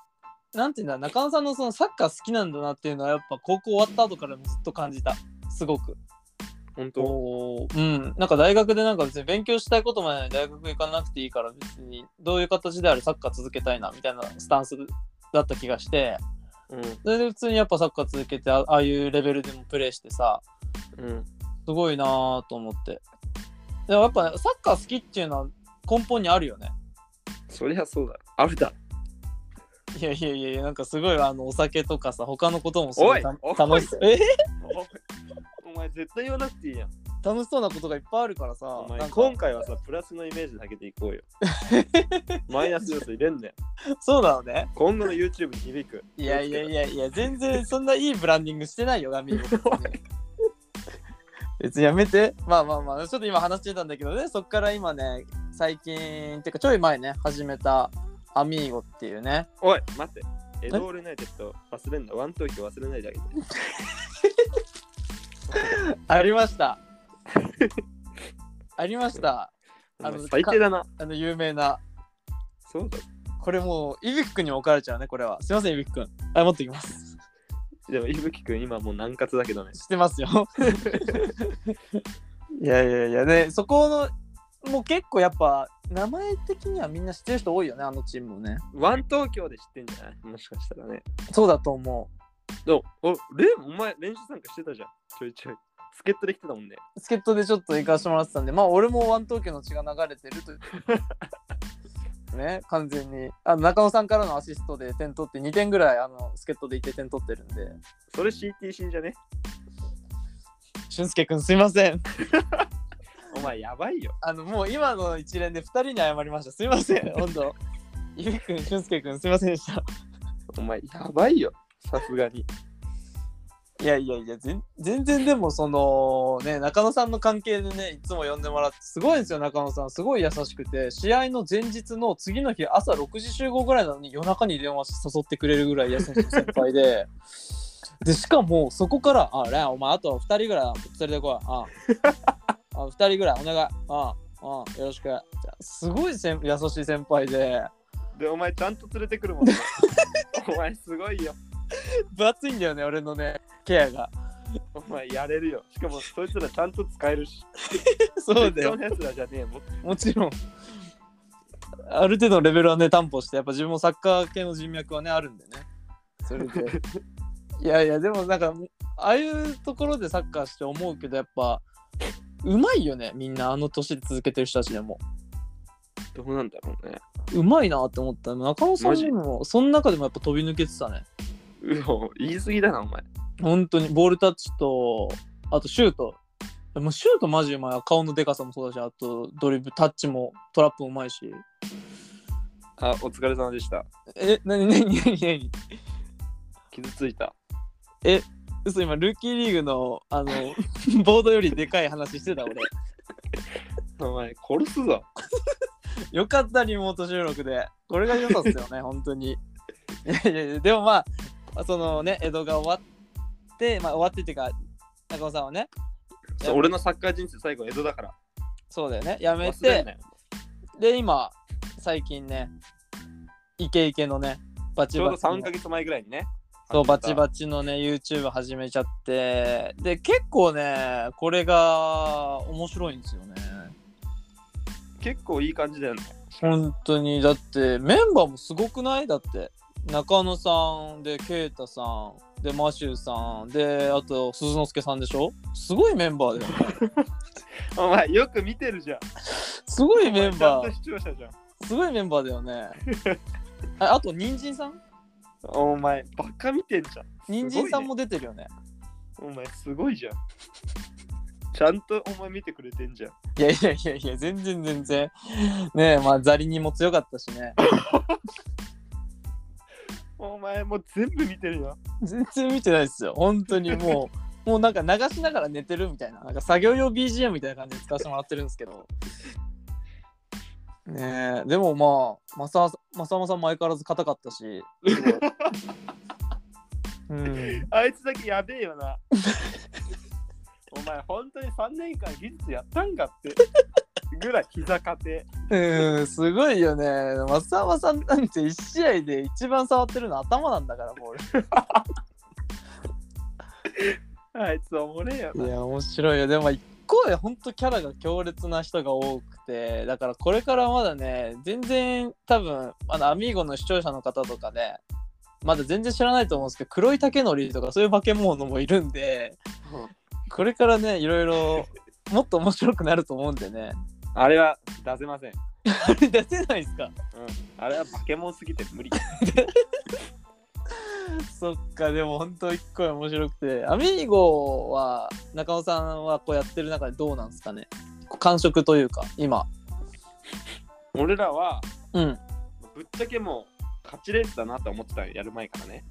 B: なんていうんだ中野さんのそのサッカー好きなんだなっていうのはやっぱ高校終わった後からもずっと感じたすごく
A: 本当
B: おーうんなんか大学でなんか別に勉強したいこともない大学行かなくていいから別にどういう形であれサッカー続けたいなみたいなスタンスだった気がして
A: う
B: それで普通にやっぱサッカー続けてあああいうレベルでもプレーしてさ
A: ん。うん。
B: すごいなぁと思ってでもやっぱ、サッカー好きっていうのは根本にあるよね
A: そりゃそうだ。あるだ。
B: いやいやいやいやなんかすごいあのお酒とかさ他のこともすごいた
A: おい
B: 楽しそうえ
A: お前絶対言わなくていいやん。
B: 楽しそうなことがいっぱいあるからさ
A: お前
B: なんか
A: 今回はさ、プラスのイメージだけでいこ うよ。マイナス要素入れんねん。
B: そうなのね
A: 今後の YouTube に響く。
B: いやいやいやいや全然そんないいブランディングしてないよガミーゴ
A: おい
B: 別にやめてまあまあまあちょっと今話してたんだけどねそっから今ね最近っていうかちょい前ね始めたアミーゴっていうね
A: おい、待って。エドールナイテッド忘れんな。ワントーキ忘れないであげて。
B: ありました。 ありました。
A: お
B: あの
A: 前最低だな。
B: あの有名な。
A: そうだ。
B: これもう、イビックにも置かれちゃうね、これは。すいません、イビックん。あ、持ってきます。
A: でも、いぶきくん今もう軟活だけどね。
B: してますよ。 いやいやいや、ね、そこの、もう結構やっぱ、名前的にはみんな知ってる人多いよね、あのチームもね。
A: ワン東京で知ってんじゃないもしかしたらね。
B: そうだと思
A: でも、お、レン、お前練習参加してたじゃん。ちょいちょい。助っ人で来てたもんね。
B: う。助っ人でちょっと行かしてもらってたんで、まあ俺もワン東京の血が流れてると いう。ね、完全にあの中野さんからのアシストで点取って2点ぐらいあの助っ人でいて点取ってるんで
A: それ CTC じゃね
B: 俊介くんすいません。
A: お前やばいよ。
B: あのもう今の一連で2人に謝りました。すいません、本 当。ゆきくん、俊介くん、すいませんでした。
A: お前やばいよ。さすがに。
B: いやいやいや、全全然でもそのね、中野さんの関係でね、いつも呼んでもらって、すごいんですよ、中野さん。すごい優しくて、試合の前日の次の日、朝6時集合ぐらいなのに夜中に電話して誘ってくれるぐらい優しい先輩で。で、しかもそこから、あ、レン、お前あと2人ぐらい連れてこい。ああ、2人ぐらいお願い。あ、あ、よろしく。すごい先優しい先輩で、
A: で、お前ちゃんと連れてくるもん、 ね。お前すごいよ。
B: 分厚いんだよね、俺のね、ケアが。
A: お前やれるよ。しかもそいつらちゃんと使えるし。
B: そうだ
A: 適。当
B: よ
A: なやつらじゃねえもん。
B: もちろん。ある程度のレベルはね、担保して、やっぱ自分もサッカー系の人脈はね、あるんでね。それで。いやいや、でもなんか、ああいうところでサッカーして思うけど、やっぱ、うまいよね、みんな、あの年で続けてる人たちでも。
A: どうなんだろうね。
B: うまいなって思った。中野さん
A: マジ
B: でも、その中でもやっぱ飛び抜けてたね。
A: うお、言い過ぎだな、お前。
B: 本当に、ボールタッチと、あとシュート。もうシュートマジうまい。顔のでかさもそうだし、あとドリブル、タッチも、トラップもうまいし。
A: あ、お疲れ様でした。
B: え、なになになになに
A: 傷ついた。
B: 嘘今ルーキーリーグのあの ボードよりでかい話してた俺
A: お前殺すぞ。
B: よかったリモート収録でこれが良さっすよね本当にいやいやいやでもまあそのね江戸が終わってまあ終わってっていうか中尾さんはね
A: そう俺のサッカー人生最後、江戸だから。
B: そうだよねやめ
A: 忘れん
B: て
A: なよ。
B: で今最近ね、イケイケのね、バチ
A: ちょう
B: バ
A: ど
B: チの
A: 3ヶ月前ぐらいにね。
B: そう、バチ
A: チ。
B: バチのね、YouTube 始めちゃって、で、結構ね、これが面白いんですよね。
A: 結構いい感じだよね。
B: 本当に、だって、メンバーもすごくないだって、中野さんで、ケイタさん、で、マシューさん、で、あと、鈴之助さんでしょすごいメンバーだよね。
A: お前、よく見てるじゃん。
B: すごいメンバ
A: お前ちゃんと、
B: ー
A: 視聴者じゃん。
B: すごいメンバーだよね。ああと、人参さん
A: お前、ばっか見てんじゃん。
B: 人参さんも出てるよね。
A: お前、すごいじゃん。ちゃんとお前見てくれてんじゃん。
B: いやいやいやいや、全然全然。ねえ、まあ、ザリにも強かったしね。
A: お前、もう全部見てるよ。
B: 全然見てないですよ。本当にもう、もうなんか流しながら寝てるみたいな、なんか作業用 BGM みたいな感じで使わせてもらってるんですけど。ねえ、でもまあ、まさまさまさんも相変わらず硬かったし。すごいうん、
A: あいつだけやべえよな。 お前、本当に3年間技術やったんかって。ぐらい膝かて。
B: うん、すごいよね。まさまさんなんて1試合で一番触ってるの頭なんだから、も
A: あいつおもれえよ
B: う。い
A: な。
B: や、面白いよ。でも、一個で本当キャラが強烈な人が多くて、だからこれからまだね、全然多分、あの、アミーゴの視聴者の方とかね、まだ全然知らないと思うんですけど、黒い竹のりとかそういう化け物もいるんで、これからね、いろいろ、もっと面白くなると思うんでね。
A: あれは出せません。うん。
B: あれ出せないですか
A: あれは化け物すぎて無理。
B: そっかでも本当一個面白くてアミーゴは中尾さんはこうやってる中でどうなんですかねこう感触というか今
A: 俺らは
B: うん
A: ぶっちゃけもう勝ちレースだなって思ってたよやる前からね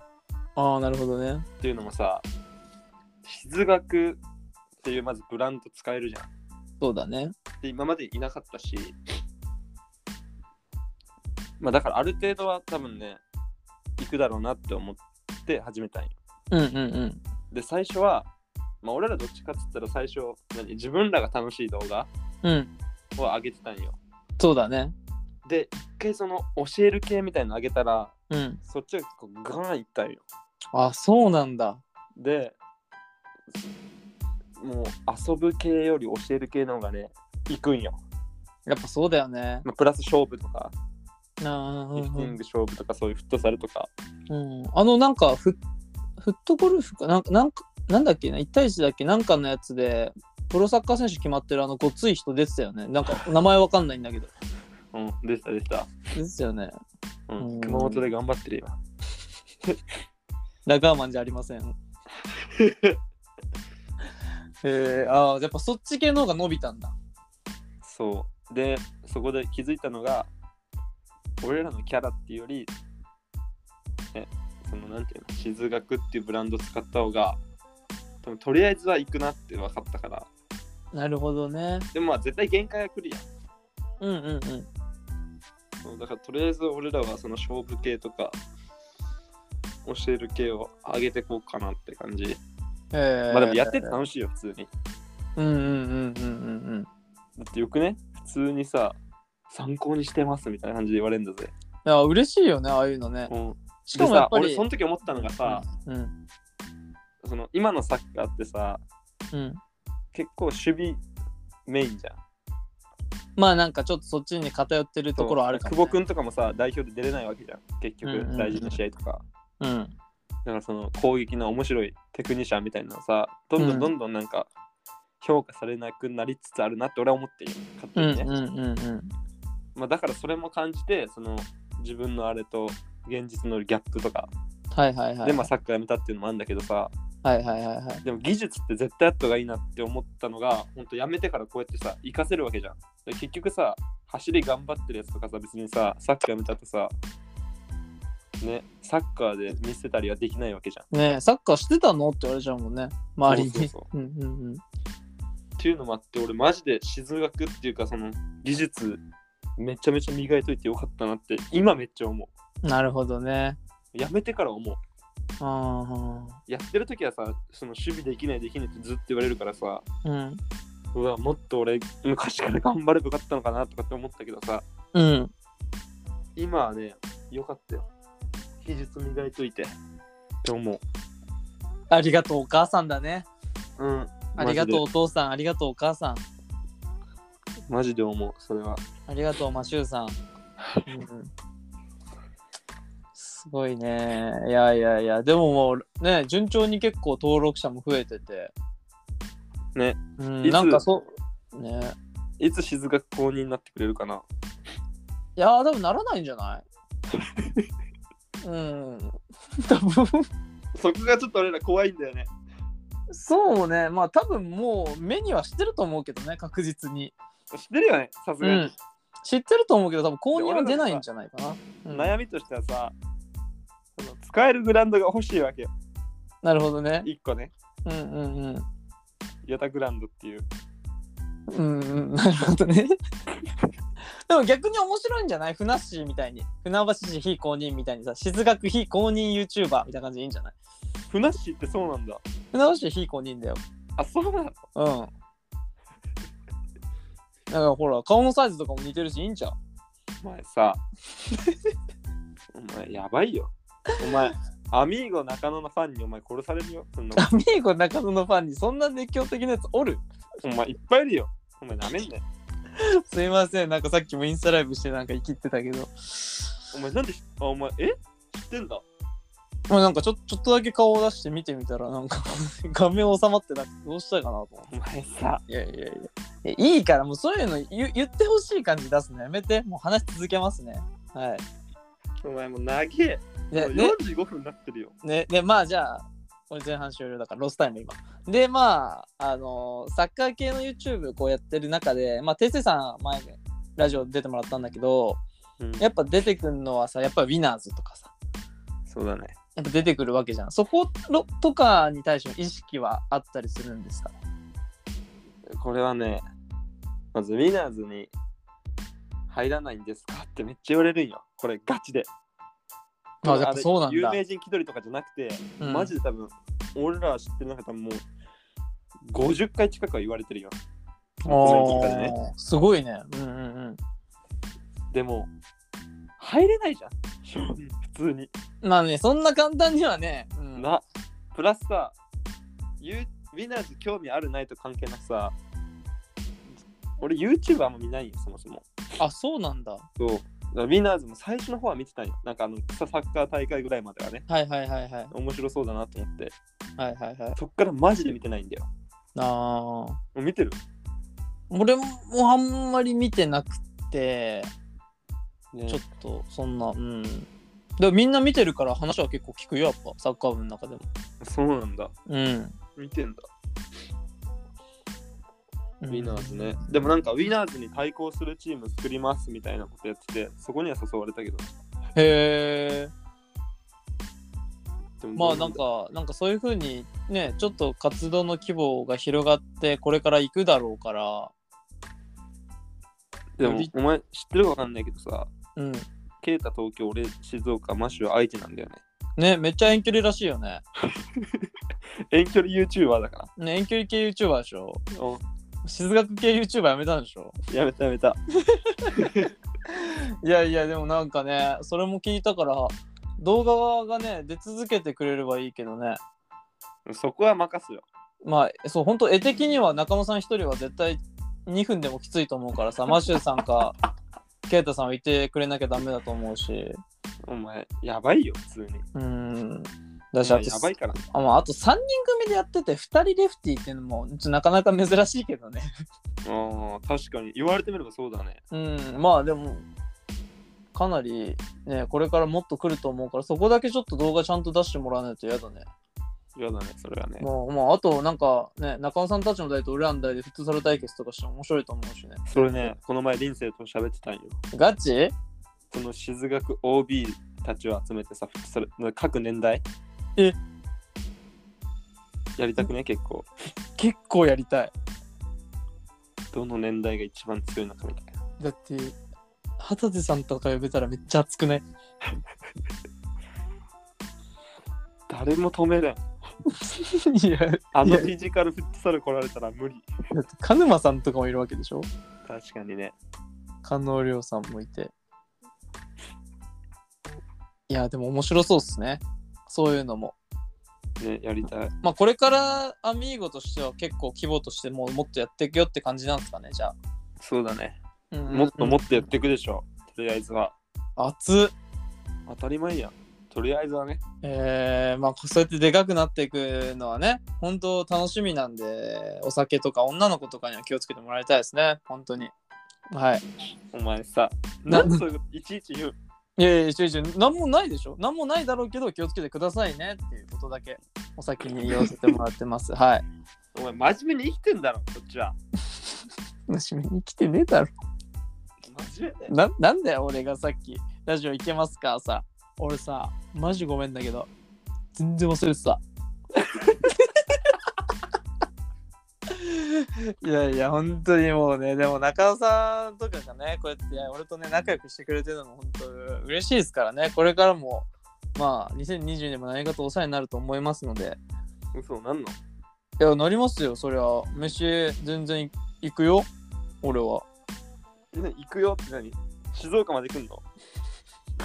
B: ああなるほどね
A: っていうのもさ静学っていうまずブランド使えるじゃん
B: そうだね
A: で今までいなかったしまあだからある程度は多分ね行くだろうなって思って始めたんよ
B: うんうんうん
A: で最初はまあ俺らどっちかっつったら最初何自分らが楽しい動画
B: うん
A: を上げてたんよ
B: そうだね
A: で一回その教える系みたいの上げたら
B: うん
A: そっちが結構ガーンいったんよ
B: あそうなんだ
A: でもう遊ぶ系より教える系の方がね行くんよ、
B: やっぱそうだよね
A: まあ、プラス勝負とか
B: あ
A: リフティング勝負とかそういうフットサルとか
B: うん、あのなんかフッフットゴルフかなんかなんかなんだっけな1対1だっけなんかのやつでプロサッカー選手決まってるあのごつい人出てたよねなんか名前わかんないんだけど
A: うんでしたでした、
B: 出てたよね
A: う
B: うん
A: ん、熊本で頑張ってる今
B: ラガーマンじゃあ りません。えー、ああ、やっぱそっち系の方が伸びたんだ。
A: そうでそこで気づいたのが俺らのキャラっていうよりねそのなんていうの静学っていうブランド使った方が多分とりあえずは行くなって分かったから
B: なるほどね。
A: でもまあ絶対限界が来るやん
B: うんうんうん。
A: そうだからとりあえず俺らはその勝負系とか教える系を上げてこうかなって感じ。
B: えー、
A: まあでもやってて楽しいよ、普通に。
B: うんうんうんうんうん
A: だってよくね、普通にさ、参考にしてますみたいな感じで言われるんだぜ。
B: うん。あ嬉しいよね、ああいうのね。
A: うん、
B: し
A: し
B: か
A: かも
B: もや
A: さ
B: っ、ぱり。
A: 俺その時思ったのがさ、
B: うんうん
A: その今のサッカーってさ、
B: うん。
A: 結構守備メインじゃん。
B: まあなんかちょっとそっちに偏ってるところあるかも、ね。
A: 久保君とかもさ、代表で出れないわけじゃん。結
B: うんうんう
A: 局、
B: ん
A: 大事な試合とか。
B: うん。
A: だからその攻撃の面白いテクニシャンみたいなのさどんど
B: うん
A: んどんどんなんか評価されなくなりつつあるなって俺は思ってるよ勝手
B: うん
A: にね、
B: うんうんうん。
A: まあ、だからそれも感じてその自分のあれと現実のギャップとか
B: はいはいはい。
A: で、まあ、サッカーやめたっていうのもあるんだけどさ
B: はいはいはいはい。
A: でも技術って絶対あった方がいいなって思ったのが本当やめてからこうやってさ活かせるわけじゃんで結局さ走り頑張ってるやつとかさ別にさサッカーやめたってさねサッカーで見せたりはできないわけじゃん
B: ねえサッカーしてたのって言われちゃうもんね。周りに。
A: そうそう
B: うんうんう
A: っ
B: ん。
A: ていうのもあって俺マジで静学っていうかその技術めちゃめちゃ磨いといてよかったなって今めっちゃ思
B: なるほどね。
A: うやめてから思う
B: あ
A: やってる時はさその守備できないできないってずっと言われるからさ
B: あ。うん。
A: うわもっと俺昔から頑張ればよかったのかなとかって思ったけどさ
B: うん。
A: 今はね、よかったよ。技術磨いといて。って思
B: ありがとうお母さんだね。
A: う。うん。
B: ありがとう
A: マ
B: お父さん、ありがとうお母さん、
A: ジで。マジで思う、それは。
B: ありがとうマシューさん。うんすごいね。いやいやいや、でももうね、順調に結構登録者も増えてて。
A: ね。
B: うん、
A: いつ
B: なんかそう。ね。
A: いつ静学公認になってくれるかな。
B: いやー、多分ならないんじゃな いうん。多分
A: そこがちょっと俺ら怖いんだよね。
B: そうね、まあ多分もう目にはしてると思うけどね、確実に。
A: 知ってるよね、さすがに。
B: うん知ってると思うけど、多分公認は出ないんじゃないかな。うん
A: 悩みとしてはさ、その使えるグラウンドが欲しいわけよ。
B: なるほどね。
A: 1個ね、
B: うんうん
A: ヨタグラウンドっていう。
B: うん。うんうん、なるほどね。でも逆に面白いんじゃないふなっしーみたいに。船橋市非公認みたいにさ、静学非公認 YouTuber みたいな感じでいいんじゃない
A: ふなっしーってそうなんだ。
B: 船橋市非公認だよ。
A: あ、そうなの
B: うん。だからほら、顔のサイズとかも似てるし、いいんちゃう
A: お前さ、 お前やばいよ。お前、アミーゴ中野のファンにお前殺されるよ。そんな
B: アミーゴ中野のファンにそんな熱狂的なやつおる
A: お前いっぱいいるよ。お前なめんなよ。
B: すいません、なんかさっきもインスタライブしてなんか生きってたけど。
A: お前なんでし、あお前、え知ってんだ。
B: まあなんかちょちょっとだけ顔を出して見てみたら、なんか 画面収まってなくてどうしたかなと思っ
A: お前さ、
B: て。いやいやいや。えいいから、もうそういうの言言ってほしい感じ出すのやめて。もう話し続けますね。は
A: お前もう長え。
B: い。で、
A: もう
B: ね、
A: 45分になってるよ。
B: ね、で、まあじゃあ、これ前半終了だからロスタイム今。で、まあ、あのーサッカー系の YouTube こうやってる中で、まあ、てせさん前にラジオ出てもらったんだけど、
A: うん
B: やっぱ出てくるのはさ、やっぱウィナーズとかさ、
A: そうだね。
B: やっぱ出てくるわけじゃん。そことかに対しての意識はあったりするんですか
A: これはね、まずウィナーズに入らないんですかってめっちゃ言われるんよ。これガチで。
B: あやっぱそうなんだ
A: れ有名人気取りとかじゃなくて、
B: うん
A: マジで多分、俺ら知ってる中で多分もう50回近くは言われてるよ。コメントとかでね
B: すごいね。うんうんうん。
A: でも、入れないじゃん。普通に。
B: まあね、そんな簡単にはね、うん、
A: な、プラスさ、ユーウィナーズ興味あるないと関係なくさ、俺 YouTuber も見ないよ、そもそも。
B: あ、そうなんだ。
A: そう。だからウィナーズも最初の方は見てたんよ。なんかあの草サッカー大会ぐらいまではね、
B: はいはいはいはい。
A: 面白そうだなと思って、
B: はいはいはい。
A: そっからマジで見てないんだよ。
B: ああ。
A: もう見てる
B: 俺もあんまり見てなくて、
A: ね
B: ちょっとそんな、うん。でもみんな見てるから話は結構聞くよ、やっぱ、サッカー部の中でも。
A: そうなんだ。
B: うん。
A: 見てんだ。
B: ウ
A: ウィナーズね。でもなんかウィナーズに対抗するチーム作りますみたいなことやってて、そこには誘われたけど。
B: へえ。
A: でも
B: まあなん。か、なんかそういう風にね、ちょっと活動の規模が広がって、これから行くだろうから、
A: でもお前知ってるかわかんないけどさ、
B: うん。
A: ケイタ東京、俺静岡、マッシュは愛知なんだよね。
B: ね、めっちゃ遠距離らしいよね。
A: 遠距離 YouTuber だから。
B: ね、遠距離系 YouTuber でしょ
A: お
B: 静学系 YouTuber やめたんでしょ
A: やめたやめた。
B: いやいや、でもなんかね、それも聞いたから、動画がね、出続けてくれればいいけどね。
A: そこは任すよ。
B: まあ、そう、本当絵的には中野さん一人は絶対2分でもきついと思うからさ、マシューさんか、ケイタさんはいてくれなきゃダメだと思うし、
A: お前、やばいよ、普通に。
B: うん。
A: お
B: だし、あ
A: 前
B: と
A: やばいから。
B: あまああと3人組でやってて2人レフティーっていうのもちょっとなかなか珍しいけどね
A: ああ、確かに。言われてみればそうだね。
B: うんまあでもかなりねこれからもっと来ると思うからそこだけちょっと動画ちゃんと出してもらわないと嫌だね
A: 嫌だね、それはね。
B: もう、まあ、あとなんかね中尾さんたちの代と俺らの代でフットサル対決とかしても面白いと思うしね
A: それね、この前、林生と喋ってたんよ。
B: ガチ
A: この静学 OB たちを集めてさ、それ各年代。
B: え
A: やりたくね、結構。
B: 結構やりたい
A: どの年代が一番強いのかみたいな。
B: だって二十歳さんとか呼べたらめっちゃ熱くない
A: 誰も止めれん。
B: いや
A: あ
B: い
A: の
B: や
A: フィジカルフットサル来られたら無理。
B: だって鹿沼さんとかもいるわけでしょ
A: 確かにね。
B: 加納亮さんもいていや、でも面白そうっすね。そういうのも。
A: ね、やりたい。
B: まあ、これからアミーゴとしては結構規模としてもうもっとやっていくよって感じなんですかね、じゃあ。
A: そうだね。
B: うん
A: もっともっとやっていくでしょ。とりあえずは。
B: 熱っ
A: 当たり前やん。とりあえずはね。
B: えー、まあそうやってでかくなっていくのはね本当楽しみなんでお酒とか女の子とかには気をつけてもらいたいですね本当にはい
A: お前さ、
B: な
A: なんでそういうこといちいち言う。
B: いやいや一緒一緒何もないでしょ何もないだろうけど気をつけてくださいねっていうことだけお先に言わせてもらってますはい
A: お前、真面目に生きてんだろ、こっちは。
B: 真面目に来てねえだろ
A: 真面目で。
B: ななんだよ俺がさっきラジオ行けますかさ俺さマジごめんだけど全然忘れてた いやいや本当にもうねでも中尾さんとかがねこうやって俺とね仲良くしてくれてるのも本当嬉しいですからねこれからもまあ2020年も何かとお世話になると思いますので
A: 嘘、なんの
B: いやなりますよそりゃ飯全然行くよ俺は
A: ね行くよって何静岡まで来んの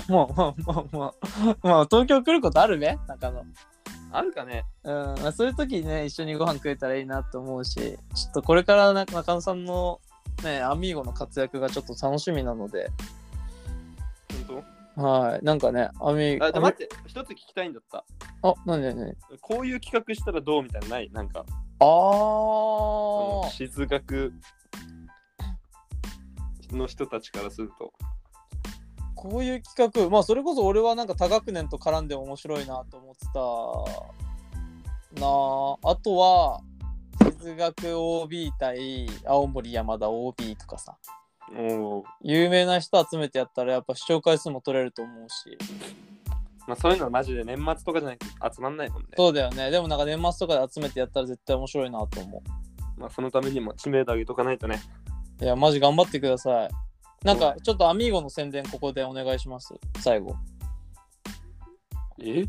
B: まあまあまあまあまあ東京来ることあるべ中野
A: あるかね
B: うんまあ、そういう時ね一緒にご飯食えたらいいなと思うしちょっとこれからな中野さんのねアミーゴの活躍がちょっと楽しみなので
A: 本
B: はいなんかねアミ
A: 当あ、で
B: ーゴ
A: 待って、一つ聞きたいんだった。
B: あ何何何
A: こういう企画したらどうみたいなのないなんか、
B: あ
A: あの
B: ー
A: 静学の人たちからすると。
B: こういう企画まあそれこそ俺はなんか多学年と絡んで面白いなと思ってたなああとは哲学 OB 対青森山田 OB とかさ
A: おー
B: 有名な人集めてやったらやっぱ視聴回数も取れると思うし
A: まあ、そういうのはマジで年末とかじゃないと集まんないもんね。
B: そうだよね。でもなんか年末とかで集めてやったら絶対面白いなと思
A: まあ、そのためにも知名度上げとかないとね。
B: う。いや、マジ頑張ってください。なんかちょっとアミーゴの宣伝ここでお願いします。最後。
A: え
B: え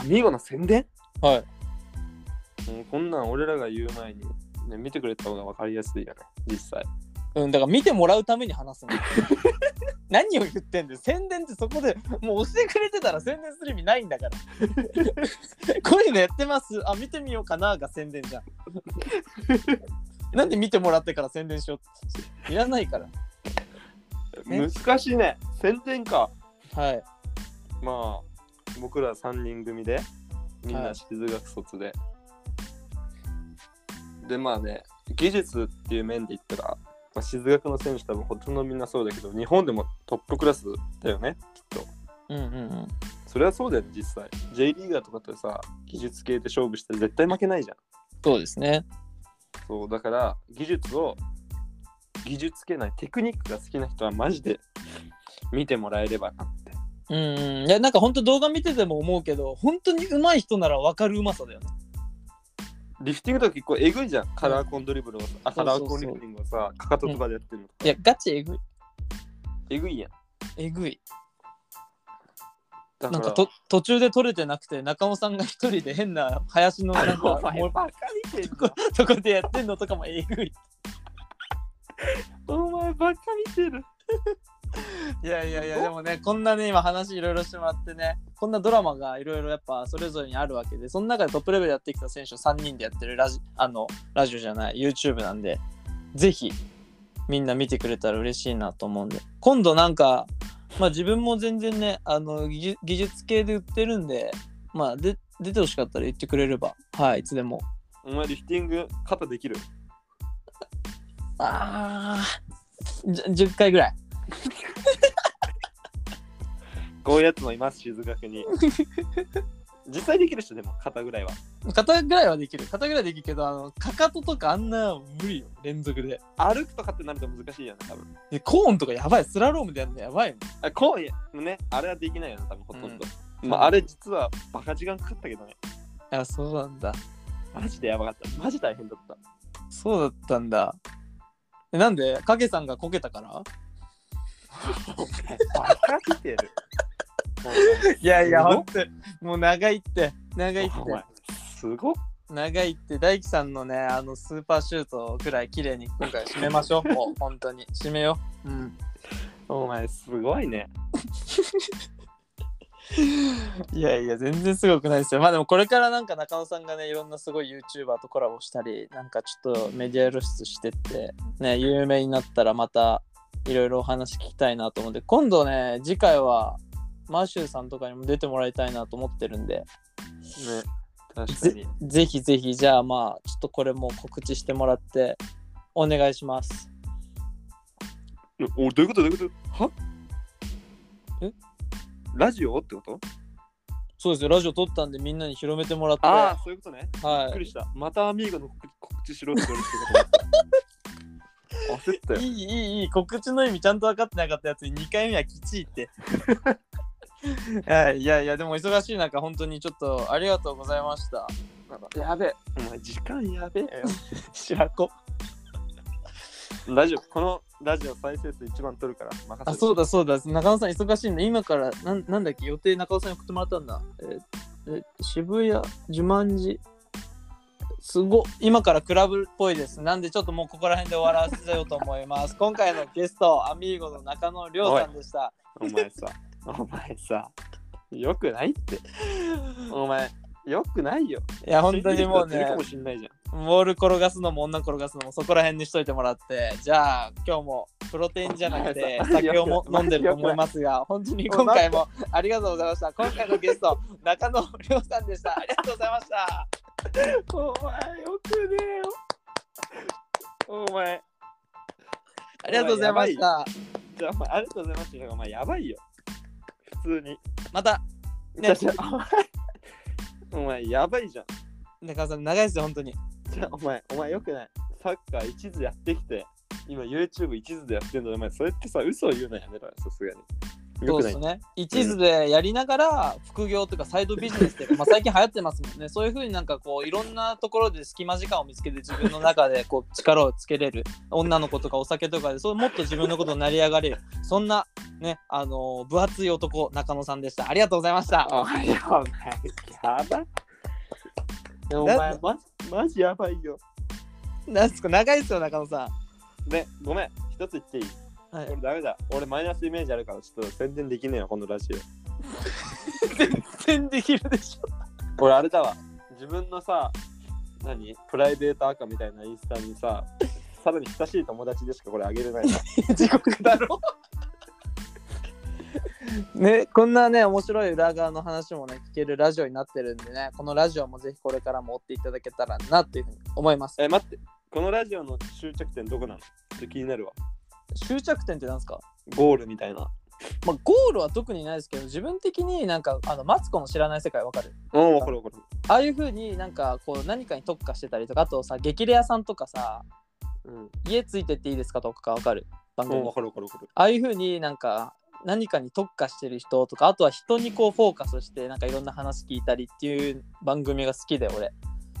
A: アミーゴの宣伝
B: はい。
A: もうこんなん俺らが言う前に、ね、見てくれた方が分かりやすいよね、実際。
B: うん、だから見てもらうために話すの。 何を言ってんだよ。宣伝ってそこでもう押してくれてたら宣伝する意味ないんだから。こういうのやってます。あ、見てみようかなが宣伝 じゃん。なんで見てもらってから宣伝しようって。いらないから。ね
A: 難しいね。宣伝か。
B: はい。
A: まあ、僕ら3人組で、みん
B: は
A: ない静学卒で。で、まあね、技術っていう面で言ったら、まあ、静学の選手多分ほとんどみんなそうだけど、日本でもトップクラスだよね。
B: うんうんうん。
A: それはそうだよね、実際。J リーガーとかとさ、技術系で勝負したら絶対負けないじゃん。
B: そうですね。
A: そうだから技術を技術系ないテクニックが好きな人はマジで見てもらえればなって
B: うん、いやなんか本当動画見てても思うけど本当に上手い人なら分かるうまさだよね
A: リフティングとか結構えぐいじゃんカラーコンドリブルをさあ
B: そ
A: カ
B: うそうそ
A: ラーコ
B: う
A: ンリフティングをさかかととかでやってるのとか
B: いやガチえぐい
A: えぐいやん
B: えぐい
A: だ
B: なん
A: か
B: からと途中で取れてなくて中尾さんが一人で変な林のなんか
A: お前
B: もう
A: バカ見てん
B: とこそこでやってんのとかもえぐい
A: のお前バカ見てる
B: いやいやいやでもねこんなね今話いろいろしてもらってねこんなドラマがいろいろやっぱそれぞれにあるわけでその中でトップレベルやってきた選手を3人でやってるラジあのラジオじゃない YouTube なんでぜひみんな見てくれたら嬉しいなと思うんで今度なんかまあ自分も全然ねあの技術技術系で売ってるんでまあで出てほしかったら言ってくれればはいいつでも
A: お前リフティング肩できる
B: あーじ10回ぐらい
A: こういうやつもいます静学 に実際できる人でも肩ぐらいは
B: 肩ぐらいはできる肩ぐらいできるけどあのかかととかあんな無理よ連続で
A: 歩くとかってなると難しいよね多分
B: でコーンとかやばいスラロームでやるのやばいもん
A: あこういやねあれはできないよね多分ほとんど、
B: うん
A: まあ、あれ実はバカ時間かかったけどね
B: あそうなんだ
A: マジでやばかったマジ大変だった
B: そうだったんだえなんで影さんがこけたから
A: バカ見てる
B: いや
A: いやほん
B: ともう長いって長いって
A: お前すごっ
B: 長いって大樹さんのねあのスーパーシュートくらい綺麗に今回締めまし ょうもう本当に締めよううん
A: お前すごいね
B: いやいや、全然すごくないですよ。まあでもこれからなんか中野さんがね、いろんなすごい YouTuber とコラボしたり、なんかちょっとメディア露出してって、ね、有名になったらまたいろいろお話聞きたいなと思って、今度ね、次回はマーシューさんとかにも出てもらいたいなと思ってるんで、
A: ね、確かに。
B: ぜひぜひ、じゃあまあ、ちょっとこれも告知してもらって、お願いします。
A: おどういうことどういうことは
B: え
A: ラジオってこと
B: そうですよ、ラジオ撮ったんでみんなに広めてもらって、
A: ああ、そういうことね。びっ
B: は
A: く
B: い
A: りした。またアミーゴの告告知しろって言われてる ことだった。焦っ
B: いいいいいい告知の意味ちゃんと分かってなかったやつに2回目はきちいって はいいやいやでも忙しい中本当にちょっとありがとうございました
A: たよ。やべえ。お前、時間や べえよ。
B: 白子
A: 大丈夫。このラジオ再生数一番取るから任せる。
B: あそうだそうだ中野さん忙しいんだ今からなんなんだっけ予定中野さんに送ってもらったんだええ渋谷自慢寺すごっ今からクラブっぽいですなんでちょっともうここら辺で終わらせようと思います今回のゲストアミーゴの中野亮さんでした
A: お前さ、お前さ、よくないって。お前、よくないよ。
B: いや本当にもう
A: 信じる人やってる
B: ね
A: かもしんないじゃん。
B: ボール転がすのも女転がすのもそこら辺にしといてもらってじゃあ今日もプロテインじゃなくて酒をも飲んでると思いますが本当に今回もありがとうございました今回のゲスト中野亮さんでしたありがとうございました
A: お前、よくねえよ。お前、
B: ありがとうございました
A: じゃあ、お前、ありがとうございましたけど。お前、やばいよ。普通に。
B: また
A: じゃ
B: ね
A: あじゃあお前、お前、やばいじゃん。
B: 中野さん長いですよ本当に
A: じゃ あ、お前、お前、よくない。サッカー一途やってきて、今、YouTube 一途でやってんだ。お前、それってさ、嘘を言うのやめろよ、さすがに。よ
B: そう
A: く
B: で
A: ない
B: す。ね一途でやりながら副業とかサイドビジネス って、まあ、最近流行ってますもんねそういうふうになんかこういろんなところで隙間時間を見つけて自分の中でこう力をつけれる女の子とかお酒とかでそうもっと自分のことになり上がれるそんなねあのー分厚い男中野さんでしたありがとうございました
A: お前、やばい。やばい。お
B: な
A: 前、マジ、マジやばいよ。
B: なんすか長いですよ中野さ
A: ね、ごめん、一つ言っていい
B: ん、はい
A: 俺、ダメだ。俺、マイナスイメージあるから、ちょっと宣伝できねえよ、このラジ
B: 全然できるでしょ
A: オ。俺、あれだわ。自分のさ、何プライベート赤みたいなインスタにさ、さらに親しい友達でしかこれあげれないな。
B: 地獄だろね、こんなね面白い裏側の話もね聞けるラジオになってるんでねこのラジオもぜひこれからも追っていただけたらなっていうふうに思います
A: え、待って。このラジオの終着点どこなのちょっと気になるわ。
B: 終着点ってなんですか、
A: ゴールみたいな。
B: まあ、ゴールは特にないですけど自分的になんかあのマツコの知らない世界わかる
A: うん、わかるわかる。
B: ああいうふうになんかこう何かに特化してたりとかあとさ激レアさんとかさ
A: うん、
B: 家ついてっていいですかとかわかる番
A: うん
B: 組
A: わかるわかるわかる。
B: ああいうふうになんか何かに特化してる人とかあとは人にこうフォーカスしてなんかいろんな話聞いたりっていう番組が好きで俺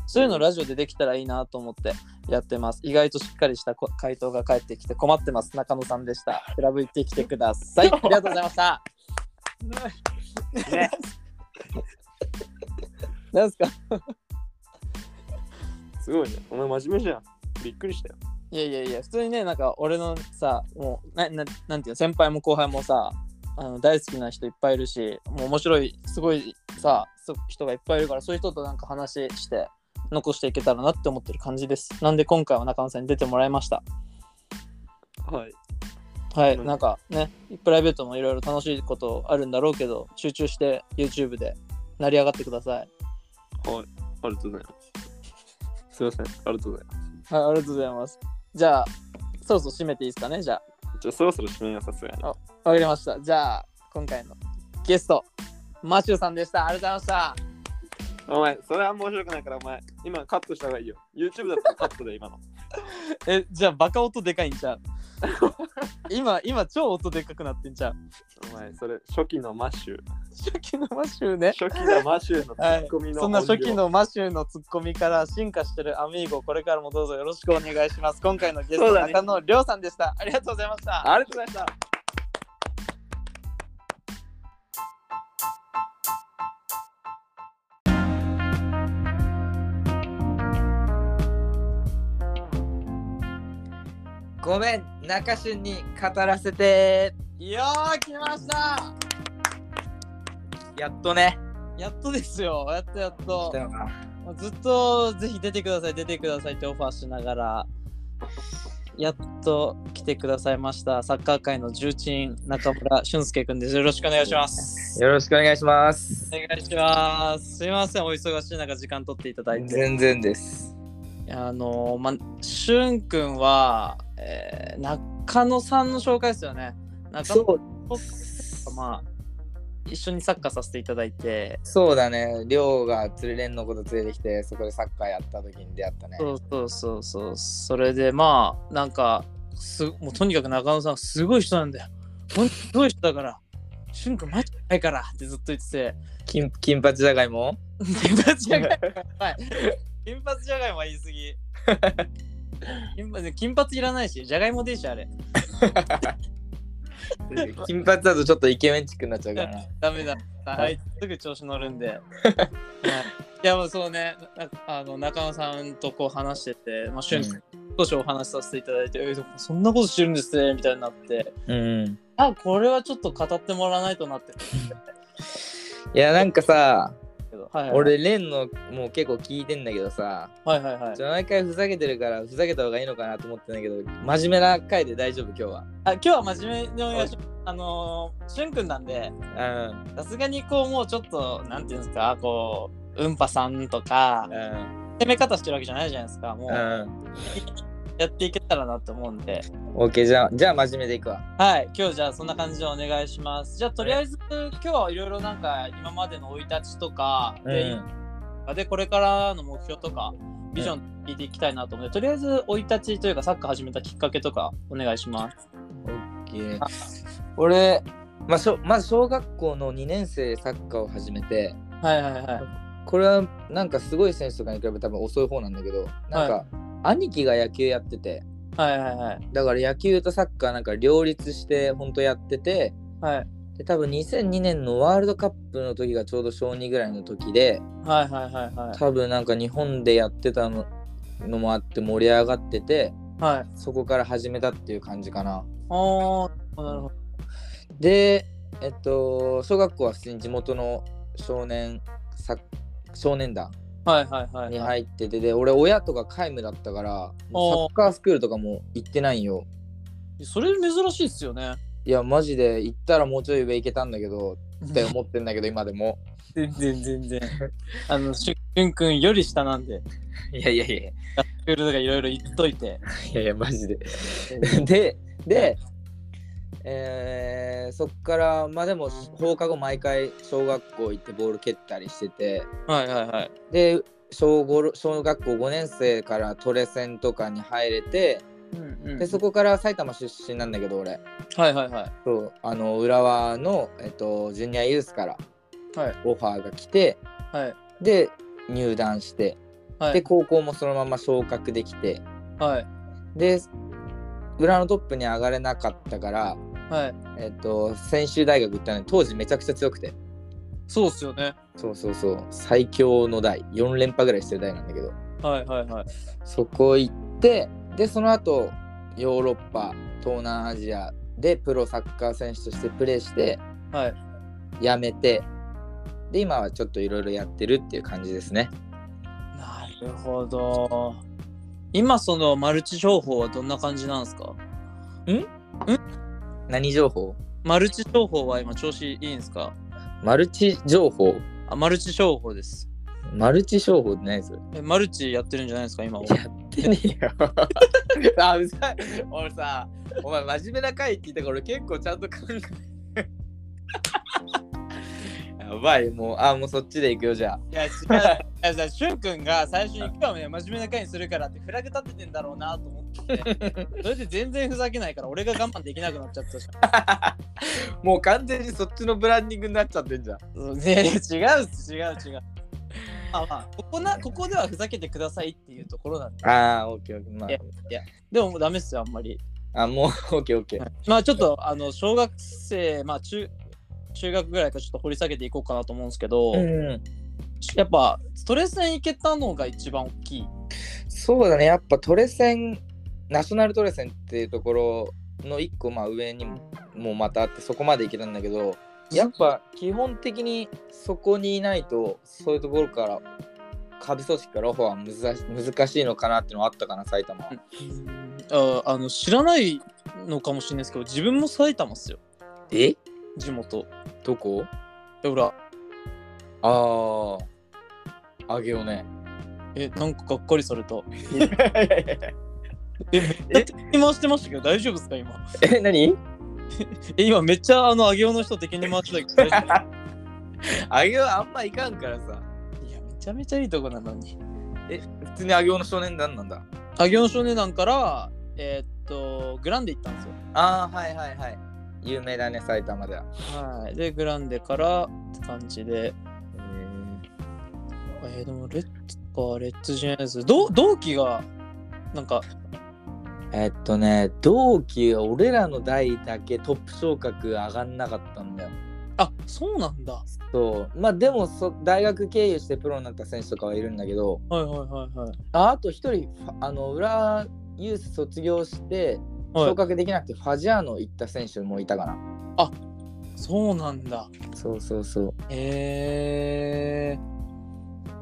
B: そういうのラジオでできたらいいなと思ってやってます意外としっかりしたこ回答が返ってきて困ってます中野さんでしたクラブ行ってきてくださいありがとうございました
A: ね、
B: 何ですか
A: すごいね。お前、真面目じゃん。びっくりしたよ。
B: いやいやいや普通にねなんか俺のさもうなななんていうの先輩も後輩もさあの大好きな人いっぱいいるしもう面白いすごいさそ人がいっぱいいるからそういう人となんか話して残していけたらなって思ってる感じですなんで今回は中野さんに出てもらいました
A: はい。
B: はい、
A: うん
B: なんかねプライベートもいろいろ楽しいことあるんだろうけど集中して YouTube で成り上がってください
A: はい。ありがとうございます。すいません。ありがとうございます。
B: はいありがとうございますじゃあそろそろ締めていいですかねじゃあ
A: じゃあ、そろそろ締めよう、さすがに。
B: わかりました。じゃあ、今回のゲスト、マシューさんでした。ありがとうございまし
A: お前、それは面白くないから、お前、今カットした方がいいよ。YouTube だったらカットで、今の。
B: た。え、じゃあ、バカ音でかいんちゃう 今、今、超音でかくなってんちゃう
A: お前、それ、初期のマッシュ。
B: 初期のマシューね。
A: 初期のマッシュのツ
B: はい
A: ッコミ、の、
B: そんな初期。のマシューのツッコミから進化してるアミーゴ、これからもどうぞよろしくお願いします。今回のゲス
A: そ
B: ト、
A: うだね
B: 中野亮さんでした。ありがとうございました。
A: ありがとうございました。
B: ごめん、中旬に語らせて。よー、来ました
C: やっとね。
B: やっとですよ、やっとやっと
C: 来た。よな。
B: まあずっとぜひ出てください、出てくださいってオファーしながら、やっと来てくださいました、サッカー界の重鎮、中村俊介君です。よろしくお願いします。
C: よろしくお願いします
B: お。願いします。すいません、お忙しい中、時間取っていただいて。
C: 全然です。
B: あのー、まあ、俊君は、えー中野さんの紹介ですよね。中野
C: そう。
B: さんが、まあ、一緒にサッカーさせていただいて、
C: そうだね。りょうが連れれんのこと連れてきて、そこでサッカーやった時に出会ったね。
B: そうそうそうそうそれでまあなんかすもうとにかく中野さんすごい人なんだよほんとすごい人だから俊君マジやばいからってずっと言って て
C: 金金髪じゃがいも
B: 金髪じゃがいもやばい金髪じゃがいもは言い過ぎ金髪金髪いらないしじゃがいもでいいしあれ
C: 金髪だとちょっとイケメンチックになっちゃうからな。
B: ダメだはいすぐ調子乗るんで、はい、いやもうそうねなあの中野さんとこう話してて、まあ、俊君少しお話しさせていただいて、えーそんなことしてるんですねみたいになって
C: うん。
B: あこれはちょっと語ってもらわないとなって
C: いや、なんかさ、
B: けど、はいはい、
C: 俺、レンのもう結構聞いてんだけどさ、
B: はいはいはい
C: ちょ毎回ふざけてるから、ふざけた方がいいのかなと思ってんだけど、真面目な回で大丈夫、今日は。
B: あ今日は真面目にお願いしますあのー、しゅんくんなんで
C: うん。
B: さすがにこうもうちょっとなんていうんですかこううんぱさんとか
C: うん。
B: 攻め方してるわけじゃないじゃないですかもう
C: うん。
B: やっていけたらなと思うんで、
C: OK、じゃあ、じゃあ真面目でいくわ。
B: はい今日じゃあそんな感じでお願いしますじゃあとりあえず今日はいろいろなんか今までの生い立ちとかで,、でこれからの目標とかビジョン聞いていきたいなと思って、とりあえず生い立ちというかサッカー始めたきっかけとかお願いします
C: OK 俺、まあ、しょまず小学校の2年生でサッカーを始めて
B: はいはいはい
C: これはなんかすごい選手とかに比べて多分遅い方なんだけどなんか兄貴が野球やってて
B: はいはいはい
C: だから野球とサッカーなんか両立して本当やってて
B: はい
C: で多分2002年のワールドカップの時がちょうど小2ぐらいの時で
B: はいはいはいはい
C: 多分なんか日本でやってたののもあって盛り上がってて
B: はい
C: そこから始めたっていう感じかな。
B: おーなるほど
C: で、えっと、小学校は普通に地元の少年サッ少年団
B: はいはいはい
C: に
B: はい
C: 入っててで俺親とか皆無だったからもうサッカースクールとかも行ってないんよ
B: それ珍しいっすよね
C: いやマジで行ったらもうちょい上行けたんだけどって思ってんだけど今でも
B: 全然全然あのしゅんくんより下なんで
C: いやいやいやい
B: スクールとかいろいろ言っといて
C: やいやマジでででえーそっからまあでも放課後毎回小学校行ってボール蹴ったりしてて
B: はいはいはい
C: で小5小学校5年生からトレセンとかに入れて、
B: うんうん
C: でそこから埼玉出身なんだけど俺
B: はいはいはい
C: そうあの浦和の、えっと、ジュニアユースから
B: はい
C: オファーが来て
B: はい
C: で入団して
B: は
C: で
B: い
C: 高校もそのまま昇格できて
B: はい
C: で裏のトップに上がれなかったから、
B: はい
C: えっと、専修大学行ったのに当時めちゃくちゃ強くて
B: そうっすよね
C: そうそうそう最強の代4連覇ぐらいしてる代なんだけど
B: はいはいはい
C: そこ行ってでその後ヨーロッパ東南アジアでプロサッカー選手としてプレーして
B: はい
C: 辞めてで今はちょっといろいろやってるっていう感じですね
B: なるほど今そのマルチ商法はどんな感じなんですか
C: 何情報
B: マルチ商法は今調子いいんですか
C: マルチ情報
B: あマルチ商法です
C: マルチ商法って何それ
B: えマルチやってるんじゃないですか今は
C: やってねえよ あうざい俺さお前真面目な回聞いたから俺結構ちゃんと考え やばいもうあもうそっちで行くよじゃあ
B: いや、違う。い やじゃあ、しゅんくんが最初に今日はね、真面目な会にするからってフラグ立ててんだろうなと思って。それで全然ふざけないから、俺が我慢できなくなっちゃったじ
C: もう完全にそっちのブランディングになっちゃってんじゃん。
B: ゃん。ね、違うっす、違う、違う。あまあ、ここなここではふざけてくださいっていうところなんで
C: ああ、オッケーオッケー。ま
B: いやでももうダメっすよあんまり
C: あ、あもう オッケーオッケー。
B: まあちょっとあの小学生まあ中中学ぐらいからちょっと掘り下げていこうかなと思うんですけど、
C: うん、
B: やっぱストレスに行けたのが一番大きい
C: そうだね、やっぱトレセン、ナショナルトレセンっていうところの一個まあ上にももうまたあって、そこまで行けたんだけど、やっぱ基本的にそこにいないとそういうところから下部組織からオファーは難し難しいのかなっていうのはあったかな埼玉は
B: ああの知らないのかもしれないですけど自分も埼玉っすよ
C: え
B: 地元
C: どこ
B: えほら
C: あああげよう ね
B: えなんかがっかりされた
C: え
B: えめっちゃ敵に回してましたけど大丈夫ですか今
C: 何
B: え今めっちゃあの上尾の人敵に回してたけど大丈
C: あげようあんまいかんからさ
B: 夫いやめちゃめちゃいいとこなのに
C: え普通にあげようの少年団なんだ
B: 上尾の少年団からえーっとグランデ行ったんですよ
C: ああはいはいはい有名だね埼玉では
B: はいでグランデからって感じでえー、でもレッツかレッツジェネズ同同期がなんか
C: えっとね同期が俺らの代だけトップ昇格上がんなかったんだよ
B: あそうなんだ
C: そうまあでもそ大学経由してプロになった選手とかはいるんだけど
B: はいはいはいはい
C: ああと一人ファあの裏ユース卒業して
B: は
C: 昇
B: い
C: 格できなくてファジアーノ行った選手もいたかな、
B: そうなんだ
C: そうそうそう
B: へえ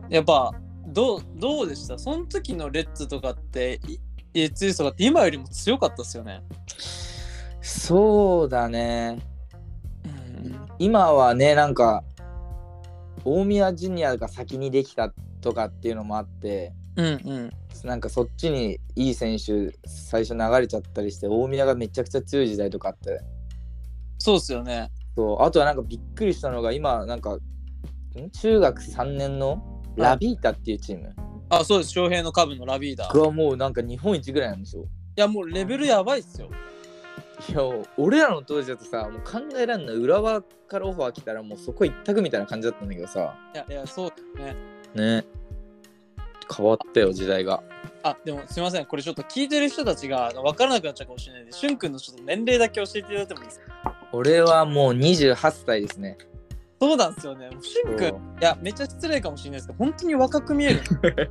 B: やっぱどうどうでしたその時のレッツとかっていレッツユースとかって今よりも強かったっすよね
C: そうだね
B: うん
C: 今はねなんか大宮ジュニアが先にできたとかっていうのもあって
B: うん
C: なんかそっちにいい選手最初流れちゃったりして大宮がめちゃくちゃ強い時代とかあって
B: そうっすよね
C: そうあとはなんかびっくりしたのが今なんかん中学3年のラビータっていうチーム
B: あそうです翔平の株のラビーダーい
C: がもうなんか日本一ぐらいなんでしょ
B: やもうレベルやばいっすよ
C: いや俺らの当時だとさもう考えらんない浦和からオファー来たらもうそこ一択みたいな感じだったんだけどさ
B: いやいやそうですね
C: ね変わったよ時代が
B: あでもすいませんこれちょっと聞いてる人たちがあの分からなくなっちゃうかもしれないんでしゅんくんのちょっと年齢だけ教えていただいてもいいですか
C: 俺はもう28歳ですね
B: そうなんですよねしゅんくんい
C: そう
B: やめっちゃ失礼かもしれないですけど本当に若く見える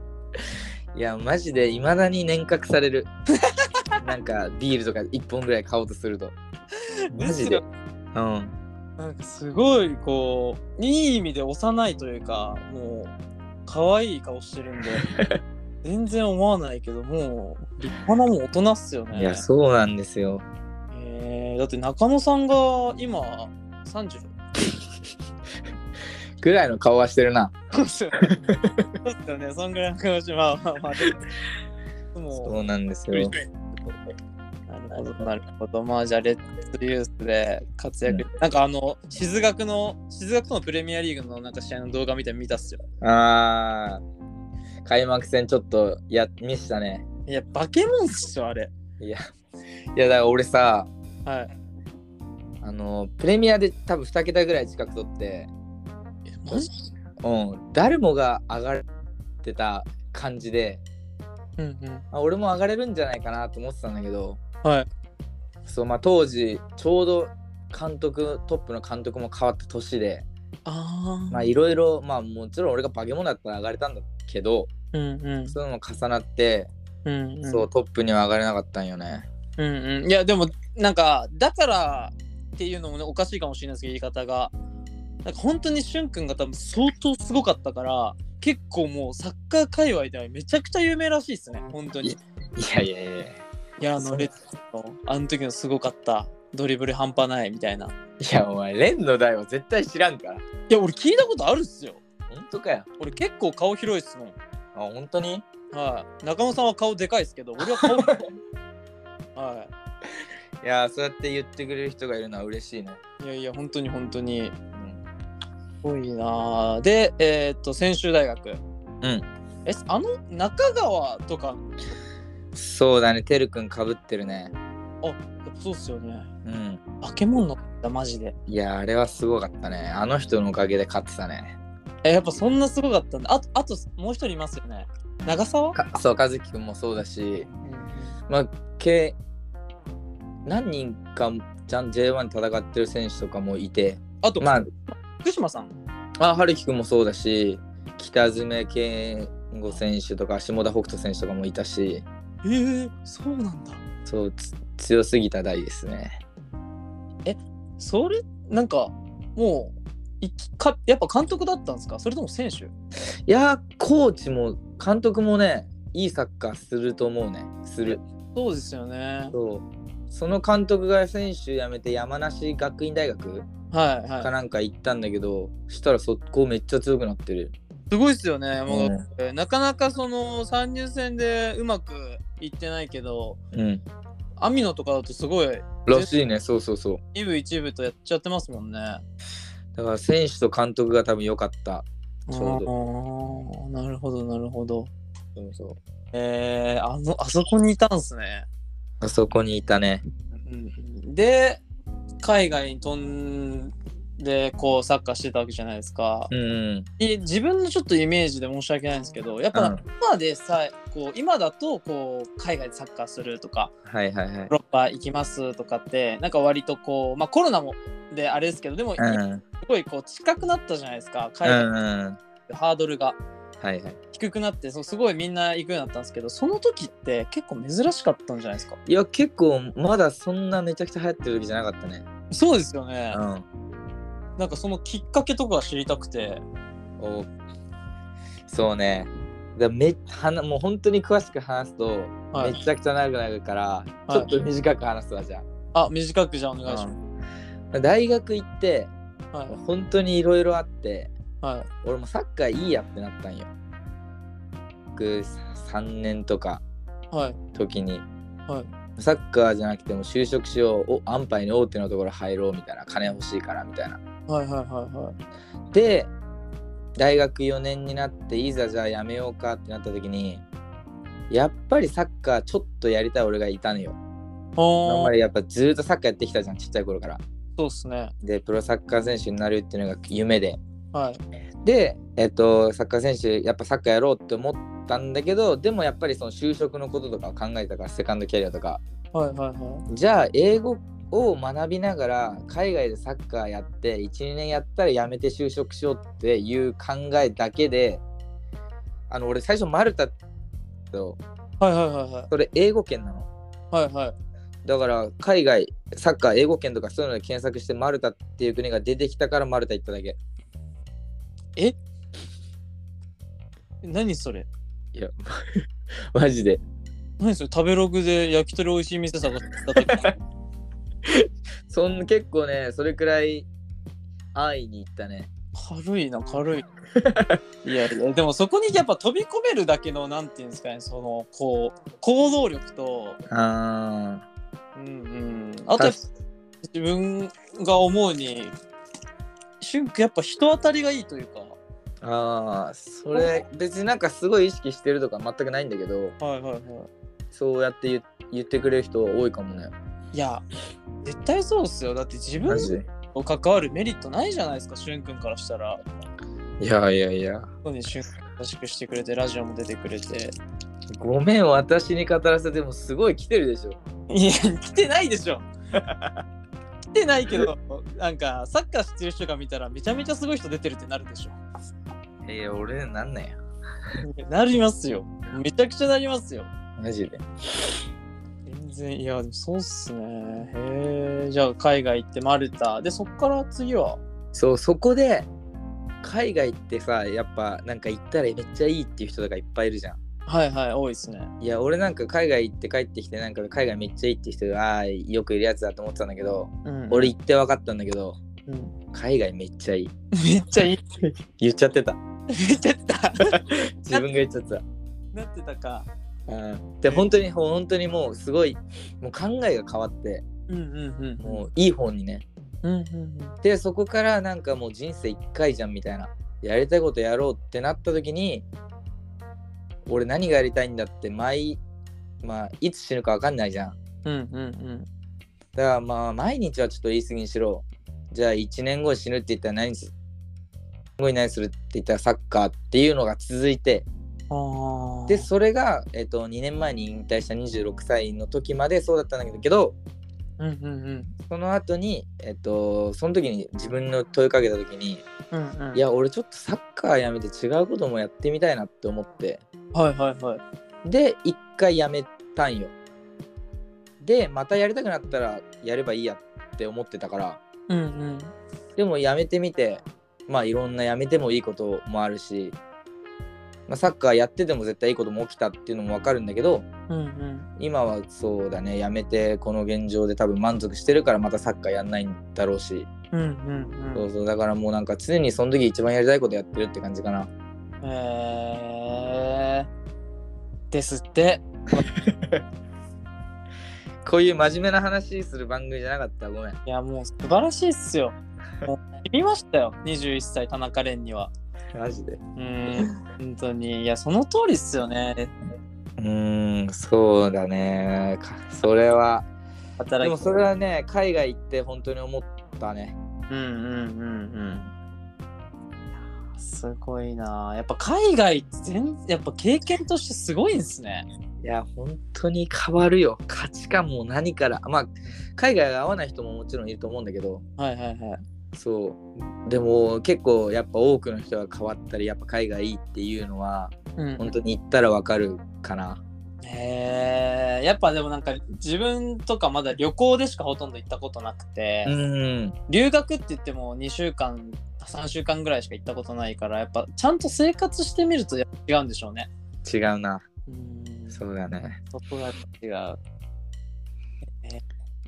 C: いやマジでいまだに年較される なんかビールとか1本ぐらい買おうとするとマジでうん
B: なんかすごいこういい意味で幼いというかもう可愛い顔してるん で全然思わないけどもう立派なもう大人っすよね
C: いやそうなんですよ
B: えーだって中野さんが今36
C: ぐらいの顔はしてるな
B: そうっすよねそうっすよねそんぐらいの顔してまあまあまあでももう
C: そうなんですよ
B: なるほど、なるほど。まあ、じゃあ、レッツユースで活躍。なんか、あの、静学の、静学とのプレミアリーグのなんか試合の動画見て見たっすよ。
C: あー開幕戦ちょっとや見したね
B: いや、バケモンっしょ、あれ。
C: いやいやだから俺さ
B: はい。
C: あのプレミアで多分2桁ぐらい近く取って
B: え、マジ
C: うん誰もが上がってた感じで
B: うんうん。
C: あ俺も上がれるんじゃないかなと思ってたんだけど
B: はい。
C: そうまあ当時ちょうど監督トップの監督も変わった年で
B: あ
C: まあいろいろまあもちろん俺が化け物だったら上がれたんだけど
B: うんうん。
C: そういうのも重なって、
B: うんうん。
C: そうトップには上がれなかったんよね
B: うんうん。いや、でも、なんか、だからっていうのもね、おかしいかもしれないですけど、言い方が。なんか、本当にしゅんくんが多分相当すごかったから、結構もうサッカー界隈ではめちゃくちゃ有名らしいですね、本当に。
C: いやいやいやいや
B: いや、あ
C: そ
B: の、
C: う
B: レッツの、あの時のすごかった。ドリブル半端ないみたいな。い
C: いやお前レンの代は絶対知らんから
B: や、俺聞いたことあるっすよ。
C: 本当かよ
B: 俺結構顔広いっすもん。
C: あ本当に
B: はい。中野さんは顔でかいっすけど、俺は顔はい
C: やそうやって言ってくれる人がいるのは嬉しいね、
B: い。いやいや、本当に本当に。す
C: うん、。
B: ごいなぁ。で、えーっと、専修大学。うんえ、あの、中川とか、
C: そうだねてるくんかぶってるね
B: そうっすよね。
C: うん
B: 化け物だった、マジで。
C: いやあれはすごかったねあの人のおかげで勝ってたね
B: え、やっぱそんなすごかったんだ。あと、あと、もう一人いますよね。長澤
C: かそう和樹くんもそうだし
B: うんうん
C: まあけ何人かじゃん J1 で戦ってる選手とかもいて
B: あと、
C: まあ
B: 福島さん。
C: あ春樹くんもそうだし北爪健吾選手とか下田北斗選手とかもいたし
B: えー、そうなんだ。
C: そうつ強すぎた代ですね
B: それなんかもういきかやっぱ監督だったんですかそれとも選手
C: いやーコーチも監督もねいいサッカーすると思うねする
B: そうですよね
C: そうその監督が選手辞めて山梨学院大学
B: はいは
C: か
B: い
C: なんか行ったんだけど、したらそこめっちゃ強くなってる、
B: すごいですよね
C: う
B: もう、
C: ん
B: えーなかなかその参入戦でうまくいってないけど
C: うん、
B: 網野とかだとすごい
C: らしいねそうそうそう
B: 一部一部とやっちゃってますもんね
C: だから選手と監督が多分良かったちょう
B: どなるほどなるほど
C: そうそう
B: えー、あのあそこにいたんすね、
C: あそこにいたね
B: で海外に飛んでこうサッカーしてたわけじゃないですか、
C: うんうん
B: で自分のちょっとイメージで申し訳ないんですけどやっ
C: うん
B: ぱ今でさえこう今だとこう海外でサッカーするとか
C: はいはいはい
B: ヨーロッパ行きますとかってなんか割とこうまあコロナもであれですけどでもす
C: うんうん
B: ごいこう近くなったじゃないですか海
C: う
B: 外
C: んうん
B: のハードルが
C: はいはい
B: 低くなってそうすごいみんな行くようになったんですけどその時って結構珍しかったんじゃないですか
C: いや結構まだそんなめちゃくちゃ流行ってる時じゃなかったね
B: そうですよね
C: うん
B: なんかそのきっかけとか知りたくて
C: おそうねだめはなもう本当に詳しく話すと、
B: はい
C: めちゃくちゃ長くなるから、
B: い
C: ちょっと短く話すわじゃ
B: あ短くじゃあお願いし
C: あ、
B: ま
C: うん大学行って
B: すはい
C: 本当にいろいろあって
B: はい
C: 俺もサッカーいいやってなったんよ僕3年とか
B: はい
C: 時に、
B: は
C: サッカーじゃなくても就職しようお安牌に大手のところ入ろうみたいな金欲しいからみたいな
B: はいはいはいはい
C: で大学4年になっていざじゃあやめようかってなった時にやっぱりサッカーちょっとやりたい俺がいたのよ。今
B: お
C: ま
B: ー
C: でやっぱずーっとサッカーやってきたじゃんちっちゃい頃から。
B: そうっすね
C: でプロサッカー選手になるっていうのが夢で。
B: はい
C: で、えっと、サッカー選手やっぱサッカーやろうって思ったんだけどでもやっぱりその就職のこととかを考えてたからセカンドキャリアとか
B: はいはいは
C: じゃあ英語を学びながら海外でサッカーやって12年やったらやめて就職しようっていう考えだけであの俺最初マルタと
B: いはいはいはい
C: それ英語圏なの
B: はいはい
C: だから海外サッカー英語圏とかそういうので検索してマルタっていう国が出てきたからマルタ行っただけ
B: 何それ
C: いやマジで
B: 何それ食べログで焼き鳥美味しい店探した時
C: そん結構ねそれくらい安易に行ったね
B: 軽いな軽いいやいやでもそこにやっぱ飛び込めるだけのなんていうんですかねそのこう行動力と
C: あ
B: うんうんあとやっぱ自分が思うに俊君やっぱ人当たりがいいというか
C: あーそれ別になんかすごい意識してるとか全くないんだけど
B: はいはいはい
C: そうやって言言ってくれる人多いかもね。
B: いや絶対そうっすよだって自分
C: マジで。
B: と関わるメリットないじゃないですか俊君からしたら
C: いやいやいや。
B: 本当に俊君優しくしてくれてラジオも出てくれて
C: ごめん、私に語らせてもすごい来てるでしょ。
B: いや来てないでし ょ来てないけどなんかサッカーしてる人が見たらめちゃめちゃすごい人出てるってなるでしょ
C: いや、俺なんなんや。
B: なりますよめちゃくちゃなりますよ
C: マジで。
B: 全然いやでもそうっすねへえじゃあ海外行ってマルタでそっから次は
C: そう、そこで、海外ってさ、やっぱなんか行ったらめっちゃいいっていう人とかいっぱいいるじゃん。
B: はいはい多いですね
C: いや、俺なんか海外行って帰ってきて、なんか海外めっちゃいいって人が、ああ、よくいるやつだと思ってたんだけど、
B: うん
C: 俺行って分かったんだけど、
B: うん
C: 海外めっちゃいい。
B: めっちゃいい
C: 言っちゃってた。
B: めっちゃった
C: 自分が言っちゃってた。
B: なってたか
C: うんで本当にほ本当にもうすごいもう考えが変わって
B: うんうんうん
C: もういい方にね
B: うんうんうん
C: でそこからなんかもう人生1回じゃんみたいなやりたいことやろうってなった時に俺何がやりたいんだって毎まあいつ死ぬか分かんないじゃん
B: うんうんうん
C: だからまあ毎日はちょっと言い過ぎにしろじゃあ1年後に死ぬって言ったら何する1年後に何するって言ったらサッカーっていうのが続いて
B: ああ
C: でそれが、えっと2年前に引退した26歳の時までそうだったんだけど
B: うんうんうん
C: その後にえっとその時に自分の問いかけた時に、
B: うんうん
C: いや俺ちょっとサッカーやめて違うこともやってみたいなって思って
B: はいはいはい
C: で一回やめたんよでまたやりたくなったらやればいいやって思ってたから
B: うんうん
C: でも辞めてみてまあいろんな辞めてもいいこともあるし、まあ、サッカーやってても絶対いいことも起きたっていうのも分かるんだけど
B: うんうん
C: 今はそうだね辞めてこの現状で多分満足してるからまたサッカーやんないんだろうし、
B: うんうん
C: そううんそうだからもうなんか常にその時一番やりたいことやってるって感じかな
B: えー、ですって
C: こういう真面目な話する番組じゃなかったごめん
B: いやもう素晴らしいっす よもう知りましたよ21歳田中蓮には
C: マジで
B: うん本当にいやその通りっすよね
C: うーんそうだねかそれはで
B: 働
C: も
B: き
C: それはね海外行って本当に思ったね
B: うんうんうんうんいやすごいなやっぱ海外って全やっぱ経験としてすごいんすね
C: いや本当に変わるよ価値観も何からまあ海外が合わない人ももちろんいると思うんだけど
B: はいはいはい
C: そうでも結構やっぱ多くの人が変わったりやっぱ海外いいっていうのは
B: うん
C: 本当に行ったらわかるかな
B: へえやっぱでもなんか自分とかまだ旅行でしかほとんど行ったことなくて、
C: うん
B: 留学って言っても2週間3週間ぐらいしか行ったことないからやっぱちゃんと生活してみるとやっぱ違うんでしょうね
C: 違うな
B: うんそ
C: そうだね
B: こがやっぱ違うえー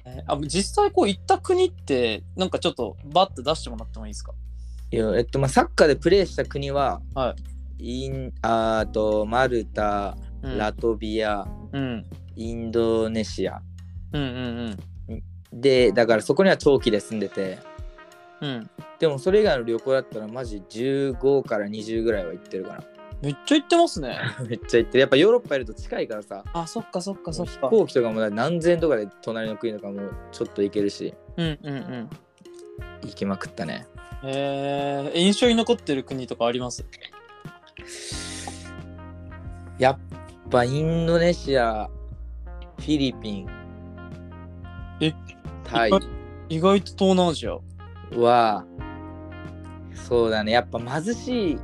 B: えーあ実際こう行った国ってなんかちょっとバッと出してもらってもいいですか
C: いやえっとまあサッカーでプレーした国は、
B: は
C: インあーとマルタ
B: うん
C: ラトビア、
B: うん
C: インドネシア
B: うんうん
C: でだからそこには長期で住んでて
B: うんうん
C: でもそれ以外の旅行だったらマジ15から20ぐらいは行ってるか
B: めっちゃ行ってますね
C: ら めっちゃ行ってるやっぱヨーロッパいると近いからさ
B: あそっかそっかそ
C: 飛
B: っか
C: 行機とかもだって何千円とかで隣の国とかもちょっと行けるし
B: うんうんうん
C: 行きまくったね
B: えー、印象に残ってる国とかあります
C: やっぱインドネシアフィリピン
B: え
C: タイ
B: 意外と東南アジア
C: はそうだねやっぱ貧しい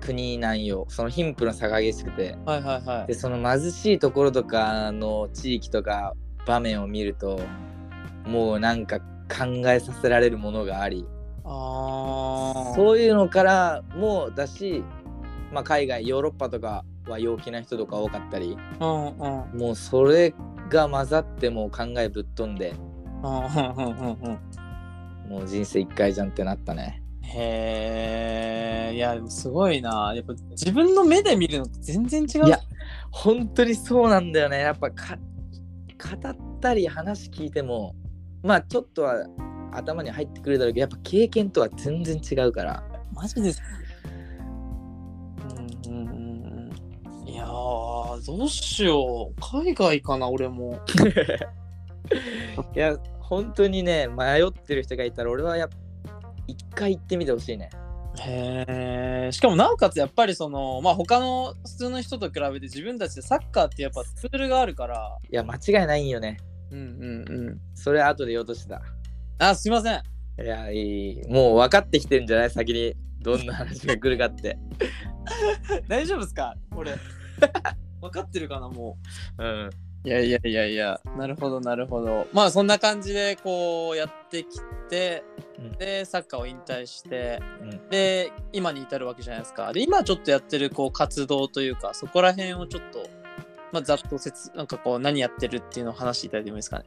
C: 国なんよその貧富の差が激しくて
B: はいはいは
C: でその貧しいところとかの地域とか場面を見るともうなんか考えさせられるものがあり
B: ああ
C: そういうのからもだし、まあ、海外ヨーロッパとかは陽気な人とか多かったり
B: うんうん
C: もうそれが混ざってもう考えぶっ飛んで
B: うんうんうんうんうん
C: もう人生一回じゃんってなったね
B: へえいやでもすごいなやっぱ自分の目で見るのと全然違う
C: いや本当にそうなんだよねやっぱか語ったり話聞いてもまあちょっとは頭に入ってくるだろうけどやっぱ経験とは全然違うから
B: マジですうんうんうんうんいやーどうしよう海外かな俺も
C: いや本当にね迷ってる人がいたら俺はやっ一回行ってみてほしいね
B: へえしかもなおかつやっぱりそのまあ他の普通の人と比べて自分たちでサッカーってやっぱツールがあるから
C: いや間違いないんよね
B: うんうんうん
C: それ後で言おうとしてた
B: あすいません
C: いやいいもう分かってきてるんじゃない先にどんな話が来るかって
B: 大丈夫ですか 俺分かってるかなも
C: うん
B: ういやいやいやいやなるほどなるほどまあそんな感じでこうやってきて
C: うん
B: でサッカーを引退して、
C: うん
B: で今に至るわけじゃないですかで今ちょっとやってるこう活動というかそこら辺をちょっと、まあ、ざっとせつなんかこう何やってるっていうのを話していただいてもいいですかね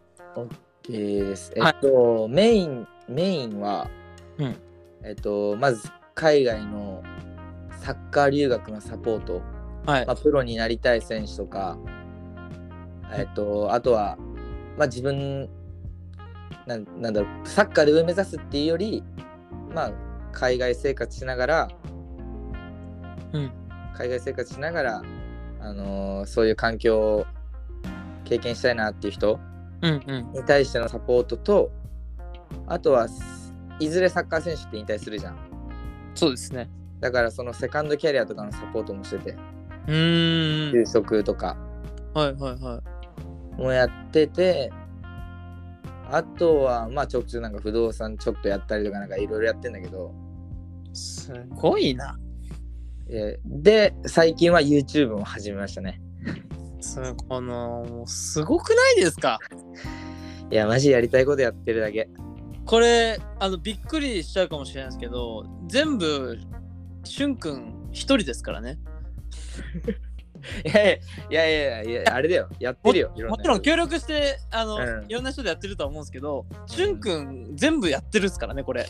C: OK ですえ
B: は
C: っと、メインメインは、
B: うん
C: えっとまず海外のサッカー留学のサポート、
B: はい、
C: まあ、プロになりたい選手とか、えっと、あとは、まあ、自分なんなんだろうサッカーで上目指すっていうより、まあ、海外生活しながら、
B: うん
C: 海外生活しながら、あのーそういう環境を経験したいなっていう人
B: うんうん
C: に対してのサポートとあとはすいずれサッカー選手って引退するじゃん
B: そうですね
C: だからそのセカンドキャリアとかのサポートもしてて
B: うーん
C: 休息とか
B: はいはいはい
C: もやっててあとはまあちょくちょくなんか不動産ちょっとやったりとかなんかいろいろやってんだけど
B: すごいな
C: えーで最近は YouTube も始めましたね
B: すこのもうすごくないですか
C: いやマジやりたいことやってるだけ
B: これあのびっくりしちゃうかもしれないですけど全部しゅんくん一人ですからね
C: いやいやいやいやいやあれだよやってるよいろんな
B: もちろん協力してあの、
C: うん
B: いろんな人でやってるとは思うんですけどしゅんくん全部やってるっすからねこれ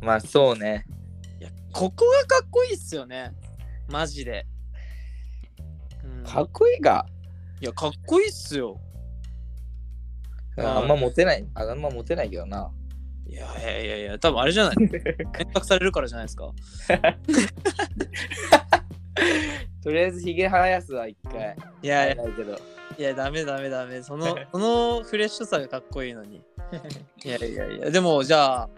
C: まあそうね
B: いやここがかっこいいっすよねマジで、うん、
C: かっこいいか
B: いやかっこいいっすようん
C: あんまモテないああんまモテないけどない
B: やいやいやいや多分あれじゃない 選択されるからじゃないですか
C: とりあえずヒゲ生やすわ一回
B: いやいや
C: ないけど
B: いや、ダメダメダメ。そ の、そのフレッシュさがかっこいいのに。いやいやいや、でもじゃあ、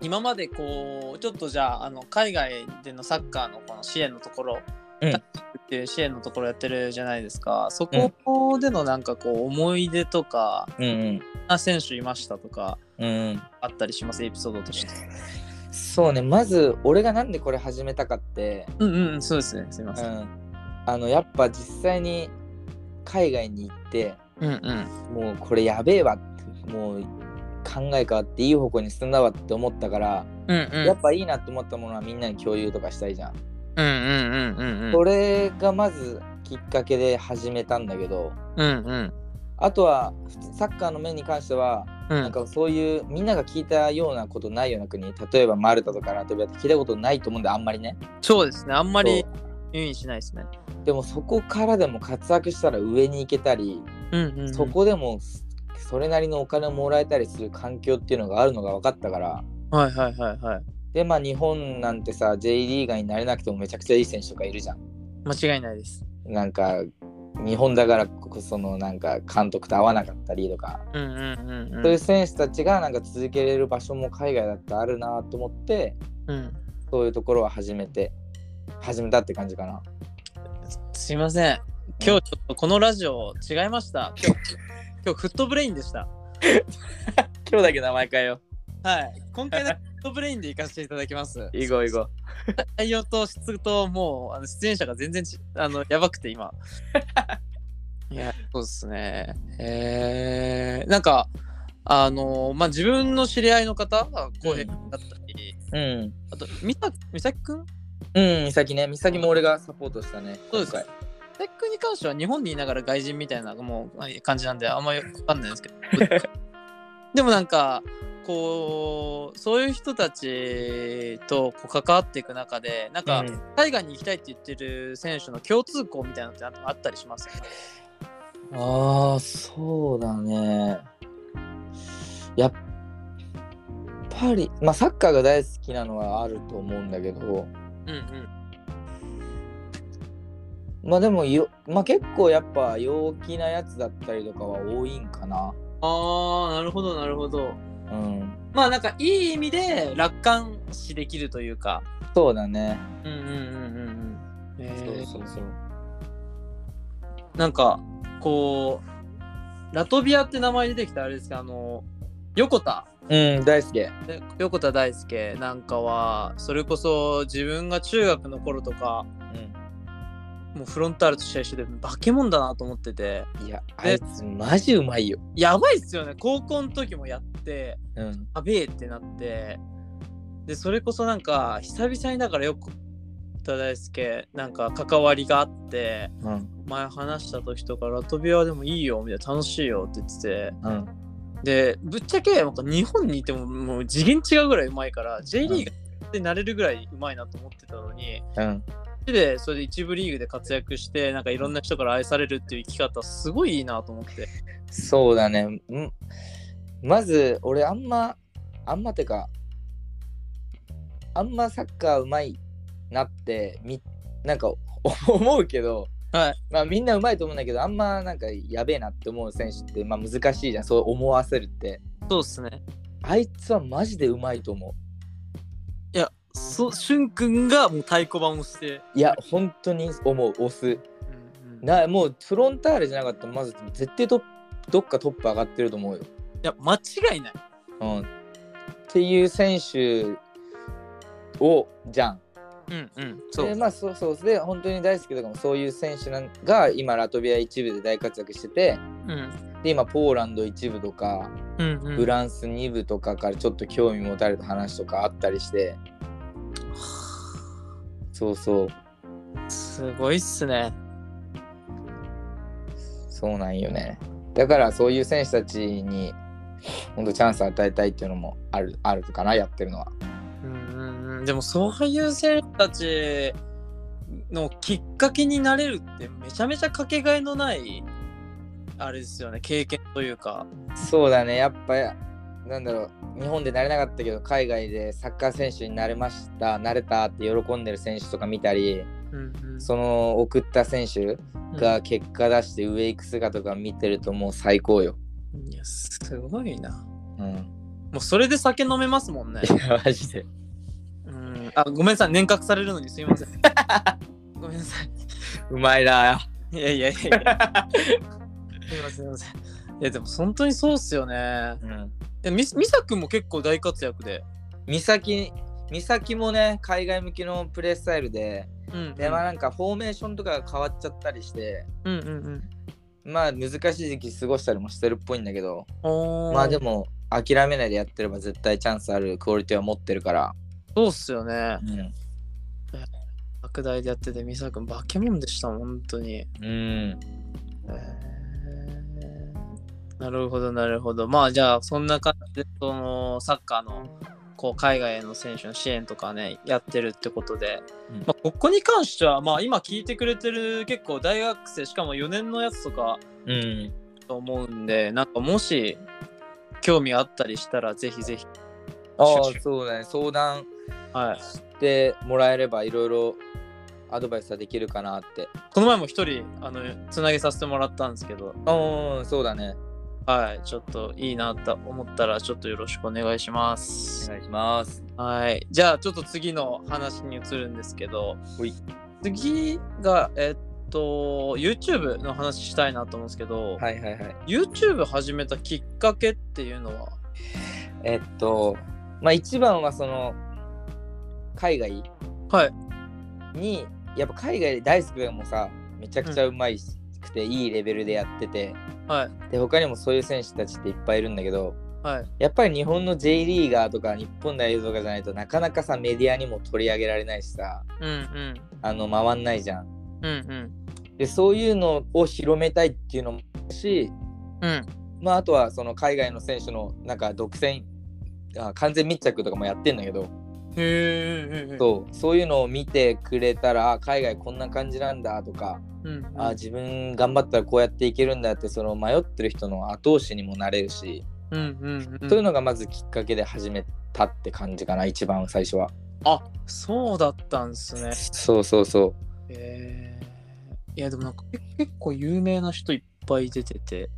B: 今までこう、ちょっとじゃあ、あの海外でのサッカーのこの支援のところ、
C: うん
B: タッチっていう支援のところやってるじゃないですか。そこでのなんかこう、思い出とか、
C: うんうん
B: こんな選手いましたとか、
C: うんうん
B: あったりします、エピソードとして。
C: そうねまず俺がなんでこれ始めたかって
B: うんうん、そうですね。すいま
C: う
B: せん。
C: んあのやっぱ実際に海外に行って
B: うんうん。
C: もうこれやべえわってもう考え変わっていい方向に進んだわって思ったから、
B: うん
C: やっぱいいなって思ったものはみんなに共有とかしたいじゃん、
B: うんうんうんうん
C: それがまずきっかけで始めたんだけど
B: うんうん
C: あとは普通サッカーの面に関しては
B: うん
C: なんかそういうみんなが聞いたようなことないような国例えばマルタとかラトビアって聞いたことないと思うんであんまりね
B: そうですねあんまり
C: そ
B: 意味しないですね
C: うでもそこからでも活躍したら上に行けたり、
B: うんうんうん
C: そこでもそれなりのお金をもらえたりする環境っていうのがあるのが分かったから
B: はいはいはいはい。
C: でまあ日本なんてさ J リーガーになれなくてもめちゃくちゃいい選手とかいるじゃん
B: 間違いないです。
C: なんか日本だからこそのなんか監督と合わなかったりとか、
B: うんうんうんうん。
C: そういう選手たちがなんか続けれる場所も海外だってあるなと思って
B: うん、
C: そういうところは始めて始めたって感じかな
B: すいません。今日ちょっとこのラジオ違いました。今日、今日フットブレインで した。
C: 今日だけ名前変えよ
B: はい。今回だけフットブレインで行かせ ていただきます。
C: うこう いこう
B: 内容と質ともうあの出演者が全然ち あのやばくて今。 いや、そうですね。えー、なんか、あのまあ、自分の知り合いの方、浩平だったり、
C: うん
B: あと、みさみさきくん
C: うん美咲ね美咲も俺がサポートしたね
B: そうです
C: 今回
B: テックに関しては日本にいながら外人みたいなもうはい感じなんであんまよくわかんない ですけどでもなんかこうそういう人たちとこう関わっていく中でなんか
C: うん
B: 海外に行きたいって言ってる選手の共通項みたいなのってなんかあったりします
C: ああそうだねやっぱりまあサッカーが大好きなのはあると思うんだけど
B: うんうん
C: まあでもよ、まあ、結構やっぱ陽気なやつだったりとかは多いんかな
B: ああなるほどなるほど
C: うん
B: まあなんかいい意味で楽観視できるというか
C: そうだね、
B: うんうんうんうんうんへー
C: そうそうそう
B: なんかこうラトビアって名前出てきたあれですけどあの横田
C: うん大好き
B: で横田大輔なんかはそれこそ自分が中学の頃とかもうフロンターレと試合してて化け物だなと思ってて
C: いやあいつマジうまいよ
B: やばいっすよね高校の時もやって
C: うん
B: やべえってなってでそれこそなんか久々にだから横田大輔なんか関わりがあって
C: うん
B: 前話した時とかラトビアでもいいよみたいな楽しいよって言ってて
C: うん
B: でぶっちゃけなんか日本にいてももう次元違うぐらいうまいから J リーグでなれるぐらいうまいなと思ってたのに
C: うん
B: でそれで一部リーグで活躍してなんかいろんな人から愛されるっていう生き方すごいいいなと思って
C: そうだねんまず俺あんまあんまてかあんまサッカーうまいなってみなんか 思うけど
B: はい
C: まあみんなうまいと思うんだけどあんまなんかやべえなって思う選手ってまあ難しいじゃんそう思わせるって
B: そうっすね
C: あいつはマジでうまいと思
B: いやそしゅんくんがもう太鼓判をして、
C: ういや本当に思う押す
B: うんうんい
C: なもうフロンターレじゃなかったらまず絶対とどっかトップ上がってると思うよ、
B: や間違いない
C: うん、っていう選手をじゃん
B: うんうん
C: でまあそうそうで本当に大好きとかもそういう選手なんが今ラトビア一部で大活躍してて
B: うん
C: で今ポーランド1部とか
B: うんうん
C: フランス2部とかからちょっと興味持たれた話とかあったりしてそうそう
B: すごいっすね。
C: そうなんよねだからそういう選手たちに本当チャンス与えたいっていうのもあるあるかなやってるのは
B: うんうんうん、でもそういう選手たちのきっかけになれるってめちゃめちゃかけがえのないあれですよね経験というか。
C: そうだねやっぱなんだろう日本でなれなかったけど海外でサッカー選手になれましたなれたって喜んでる選手とか見たり
B: うんうん
C: その送った選手
B: う
C: が結果出して上行く姿とか見てるともう最高よ。
B: んいやすごいな。
C: うん、
B: もうそれで酒飲めますもんね。
C: いやマジで。
B: うん、あごめんなさい年賀されるのにすいま せん。ごめんなさい。
C: うまいな。
B: いやいやいやいや。すいませんすいません。いやでも本当にそうっすよね。
C: うん。
B: でみ美沙君も結構大活躍で。
C: 美咲美咲もね海外向きのプレースタイルで、
B: うんうん、
C: でまあなんかフォーメーションとかが変わっちゃったりして
B: うんうんうん。
C: まあ難しい時期過ごしたりもしてるっぽいんだけど、
B: おー
C: まあでも諦めないでやってれば絶対チャンスあるクオリティは持ってるから。
B: そうっすよね。
C: うん。
B: 拡大でやってて、ミサ君、化け物でした、本当に。へ
C: うん、
B: ーなるほど、なるほど。まあ、じゃあ、そんな感じで、その、サッカーの、こう、海外への選手の支援とかね、やってるってことで、
C: うん
B: まあ、ここに関しては、まあ、今聞いてくれてる、結構、大学生、しかも4年のやつとか、
C: うん
B: と思うんで、なんか、もし、興味あったりしたら、ぜひぜひ、
C: ああそうだね相談
B: はい。
C: してもらえればいろいろアドバイスはできるかなって
B: この前も一人、あの、つなげさせてもらったんですけど、
C: うんそうだね
B: はい、ちょっといいなと思ったら、ちょっとよろしくお願いします。
C: 願いします
B: はい、じゃあ、ちょっと次の話に移るんですけど
C: ほい、
B: 次が、えっと、YouTube の話したいなと思うんですけど、
C: はいはいはい
B: YouTube 始めたきっかけっていうのは、
C: えっとまあ一番はその海外
B: はい、
C: にやっぱ海外で大好きもさめちゃくちゃうまいくて、いいレベルでやってて
B: はい、
C: で他にもそういう選手たちっていっぱいいるんだけど
B: はい、
C: やっぱり日本の J リーガーとか日本代表とかじゃないとなかなかさメディアにも取り上げられないしさ
B: うんうん、
C: あの回んないじゃん
B: うんうん、
C: でそういうのを広めたいっていうのもあるし
B: うん、
C: まあ、あとはその海外の選手のなんか独占あ完全密着とかもやってんだけど、
B: へえ、
C: そうそういうのを見てくれたらあ海外こんな感じなんだとか、
B: うん、うん、
C: あ自分頑張ったらこうやっていけるんだってその迷ってる人の後押しにもなれるし、
B: うん、うん、う、
C: というんのがまずきっかけで始めたって感じかな一番最初は、
B: あ、そうだったんですね。
C: そうそうそ
B: へえ、いや、でもなんか結構有名な人いっぱい出てて、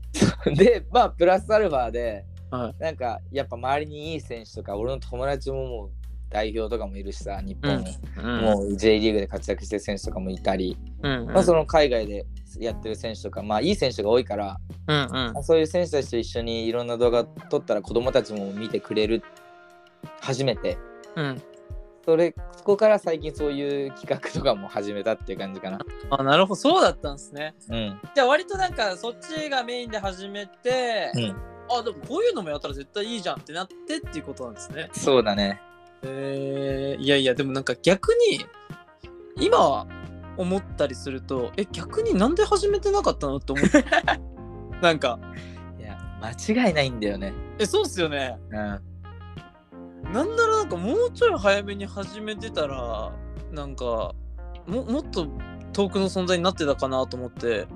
C: う でまあプラスアルファで、
B: は
C: なんかやっぱ周りにいい選手とか俺の友達ももう代表とかもいるしさ日本、もう J リーグで活躍してる選手とかもいたり、
B: うんうん
C: まあ、その海外でやってる選手とか、まあ、いい選手が多いから、
B: うんうん
C: まあそういう選手たちと一緒にいろんな動画撮ったら子供たちも見てくれる初めて
B: うん
C: それそこから最近そういう企画とかも始めたっていう感じかな。
B: あなるほどそうだったんですね
C: うん
B: じゃあ割となんかそっちがメインで始めて、
C: うん
B: あでもこういうのもやったら絶対いいじゃんってなってっていうことなんですね
C: そうだね。
B: えー、いやいやでもなんか逆に今は思ったりするとえ逆になんで始めてなかったのって思って なんか
C: いや間違いないんだよね。
B: えそうっすよね
C: うん、
B: なんならなんかもうちょい早めに始めてたらなんかももっと遠くの存在になってたかなと思って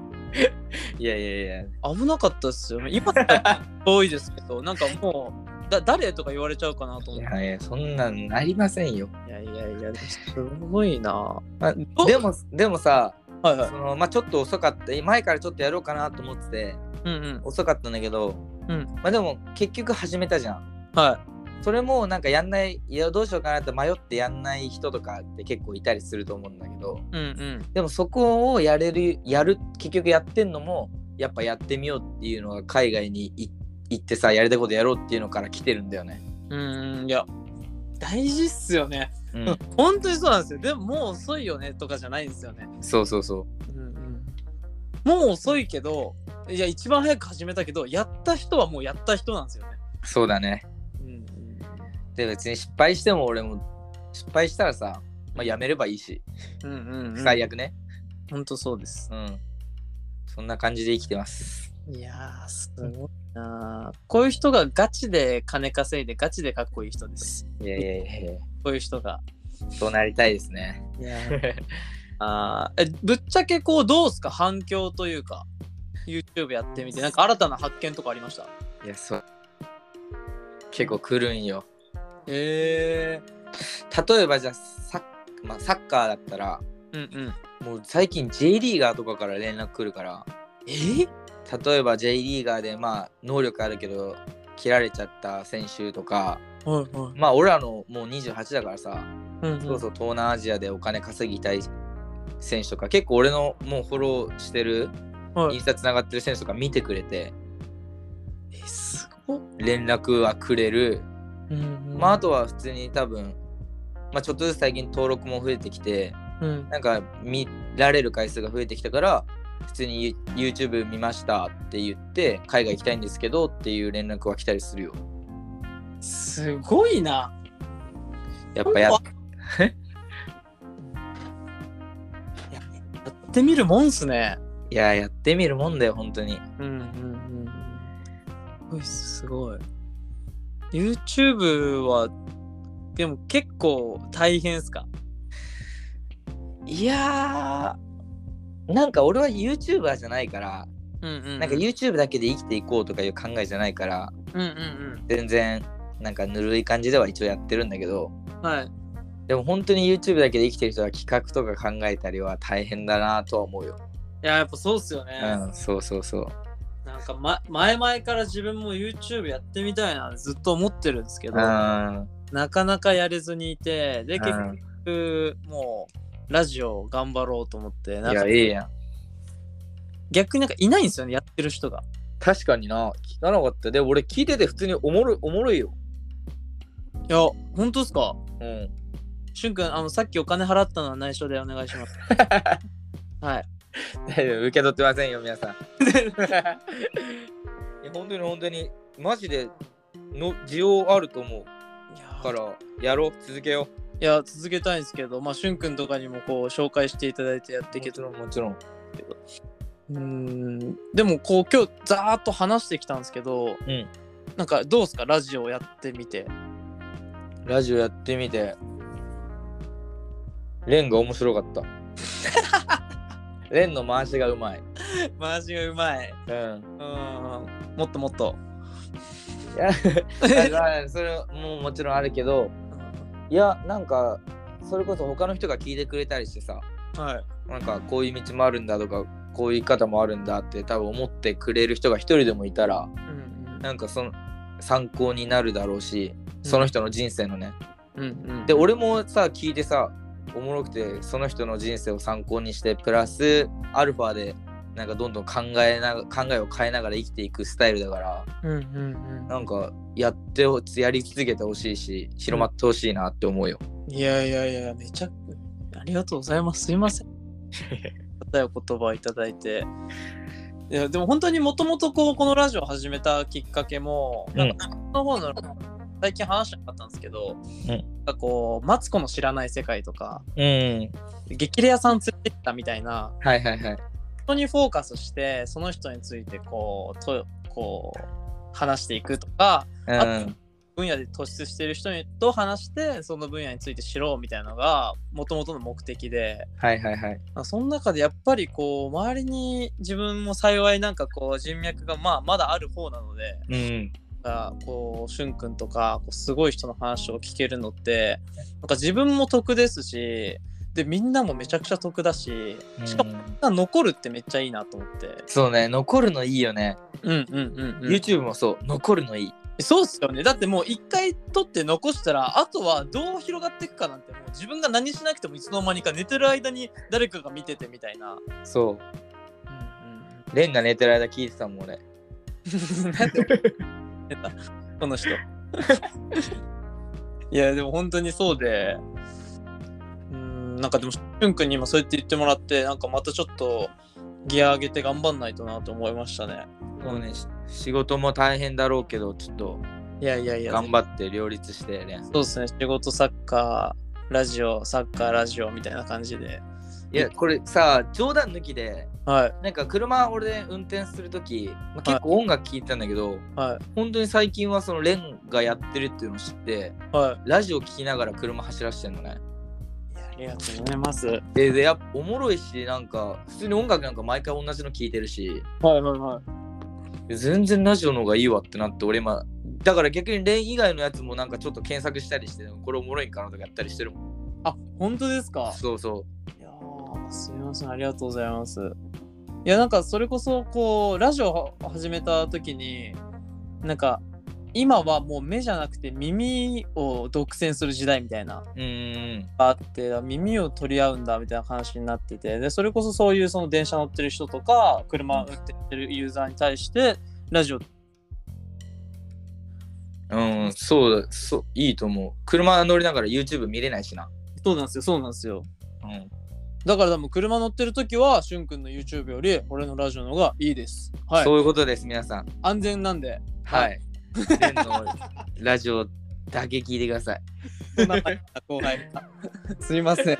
C: いやいやいや。
B: 危なかったっすよね。今は多いですけど、 なんかもう、だ誰とか言われちゃうかなと
C: い
B: 思って。
C: やいやそんなんなりませんよ。
B: いやいやいや、すごいな。
C: まあ、でもでもさ
B: はいはい
C: そ。の、まあ、ちょっと遅かった前からちょっとやろうかなと思ってて
B: うんうん。
C: 遅かったんだけど、
B: うん
C: まあ、でも結局始めたじゃん。
B: は
C: それもなんかやんないいやどうしようかなって迷ってやんない人とかって結構いたりすると思うんだけど
B: い。うんうん。
C: でもそこをやれるやる結局やってんのもやっぱやってみようっていうのが海外にい行ってさやりたいことやろうっていうのから来てるんだよね。
B: うんうん、いや、大事っすよね。
C: う
B: うん、本当にそうなんですよ。でももう遅いよねとかじゃないんですよね。
C: そうそうそ
B: うんうん。もう遅いけど、いや、一番早く始めたけど、やった人はもうやった人なんですよね。
C: そうだね。
B: うん。
C: で、別に失敗しても俺も失敗したらさ、まあ、やめればいいし、
B: うんうん、うん。
C: 最悪ね。
B: ほんとそうです。
C: うん。そんな感じで生きてます。
B: いやー、すごいなーこういう人がガチで金稼いで、ガチでかっこいい人です。
C: いやいやいやいや、
B: こういう人が。
C: そうなりたいです ね。
B: いやーあーえぶっちゃけこうどうすか反響というか YouTube やってみてなんか新たな発見とかありました
C: いや、そう。結構来るんよ。
B: へえ
C: 例えばじゃあサッ,、まあ、サッカーだったら、
B: うんうん
C: もう最近 J リーガーとかから連絡来るから、
B: えー、
C: 例えば J リーガーでまあ能力あるけど切られちゃった選手とか
B: はいは
C: まあ俺らのもう28だからさ、
B: い、うん
C: そろそろ東南アジアでお金稼ぎたい選手とか結構俺のもうフォローしてる
B: はい
C: インスタつながってる選手とか見てくれて
B: えすごっ、
C: 連絡はくれる、
B: うんうん
C: まああとは普通に多分、まあ、ちょっとずつ最近登録も増えてきて
B: うん
C: なんか見られる回数が増えてきたから普通に YouTube 見ましたって言って海外行きたいんですけどっていう連絡は来たりするよ。
B: すごいな
C: やっぱやっ
B: やってみるもんっすね
C: いややってみるもんだよ本当に
B: うんうんうんすごいっすすごい YouTube はでも結構大変っすか
C: いやーなんか俺は YouTuber じゃないから、
B: うんうん、
C: なんか YouTube だけで生きていこうとかいう考えじゃないから
B: うんうん
C: 全然なんかぬるい感じでは一応やってるんだけど
B: うんはい
C: でも本当に YouTube だけで生きてる人は企画とか考えたりは大変だなとは思うよ、
B: いややっぱそうっすよね、
C: うん、そうそうそう
B: なんか、ま、前々から自分も YouTube やってみたいなってずっと思ってるんですけど、
C: うんうん
B: なかなかやれずにいてで結局もうラジオ頑張ろうと思ってないん
C: や
B: か
C: いいやん
B: 逆になんかいないんですよねやってる人が
C: 確かにな聞かなかったで俺聞いてて普通におもろいおもろいよ
B: いや本当ですか
C: うん
B: しゅんくんあのさっきお金払ったのは内緒でお願いし ますはい
C: 大丈夫受け取ってませんよ皆さん いや本当に本当にマジでの需要あると思う
B: いや
C: か
B: い
C: らやろう続けよ
B: や続けたいんですけどまあしゅんくんとかにもこう紹介していただいてやって
C: う
B: いけたら
C: ろんもちろん
B: うーんでもこう今日ざーっと話してきたんですけど、
C: うん
B: なんかどうですかラジオやってみて
C: ラジオやってみてレンが面白か ったレンの回しがうまい
B: マジがうまい
C: うん
B: うんもっともっと
C: いやだからそれももちろんあるけどいやなんかそれこそ他の人が聞いてくれたりしてさ
B: はい
C: なんかこういう道もあるんだとかこういう生き方もあるんだって多分思ってくれる人が一人でもいたら
B: うん
C: なんかその参考になるだろうしその人の人生のね、
B: うんうん
C: で俺もさ聞いてさおもろくてその人の人生を参考にしてプラスアルファでなんかどんどん考えな考えを変えながら生きていくスタイルだから
B: うんうん
C: なんかやってほやり続けてほしいし広まってほしいなって思うよ、
B: うんいやいやいやめちゃくありがとうございますすいません硬いお言葉をいただいていやでも本当にもともとこうこのラジオを始めたきっかけも、
C: うん
B: なんかの方の最近話しなかったんですけど、
C: ん
B: なんかこうマツコの知らない世界とか
C: うん
B: 激レアさん連れてきたみたいな
C: はいはいはい
B: 人にフォーカスしてその人についてこうとこう話していくとか
C: うん
B: 分野で突出してる人にと話してその分野について知ろうみたいなのがもともとの目的で
C: はいはいはい
B: まあその中でやっぱりこう周りに自分も幸いなんかこう人脈がまあまだある方なので
C: うん
B: がこうしゅんくんとかこうすごい人の話を聞けるのってなんか自分も得ですしでみんなもめちゃくちゃ得だししかも
C: うん
B: 残るってめっちゃいいなと思って。
C: そうね残るのいいよね、
B: うんうんうんうん、
C: YouTube もそう残るのいい
B: そうっすよねだってもう一回取って残したらあとはどう広がっていくかなんてもう自分が何しなくてもいつの間にか寝てる間に誰かが見ててみたいな、
C: そう
B: う
C: レンが寝てる間聞いてたもん俺
B: んうん、なんで寝たこの人いやでも本当にそうでうんなんかでもしゅんくんに今そうやって言ってもらってなんかまたちょっとギア上げて頑張んないとなと思いましたね。
C: もうね、し仕事も大変だろうけど、ちょっと
B: いやいやいや、
C: 頑張って両立してね。
B: そうですね、仕事、サッカー、ラジオ、サッカー、ラジオみたいな感じで。
C: いや、これさ、冗談抜きで、
B: はい、
C: なんか車俺運転するとき、まあ、結構音楽聴いてたんだけど、
B: は
C: 本当に最近はそのレンがやってるっていうのを知って、
B: い、は
C: ラジオ聴きながら車走らしてんのね。
B: い。いやありがとうございます。はい、
C: で、でやっぱおもろいし、なんか、普通に音楽なんか毎回同じの聴いてるし、
B: はい、はい。
C: 全然ラジオの方がいいわってなって、俺今、だから逆にレン以外のやつもなんかちょっと検索したりして、これおもろいんかなとかやったりしてるもん。
B: あ、本当ですか
C: そうそう。
B: いやーすみません、ありがとうございます。いや、なんかそれこそ、こう、ラジオを始めた時に、なんか、今はもう目じゃなくて耳を独占する時代みたいな
C: うーん。
B: あって耳を取り合うんだみたいな話になっててでそれこそそういうその電車乗ってる人とか車運転してるユーザーに対してラジオ
C: うん、そうだ、そう、いいと思う。車乗りながら YouTube 見れないしな。
B: そうなんですよそうなんですよ
C: うん。
B: だから多分車乗ってる時はしゅんくんの YouTube より俺のラジオの方がいいですはい
C: そういうことです、皆さん。
B: 安全なんで
C: はい。レンのラジオだけ聞いてください。
B: そんな感じな後 輩がすみませんあり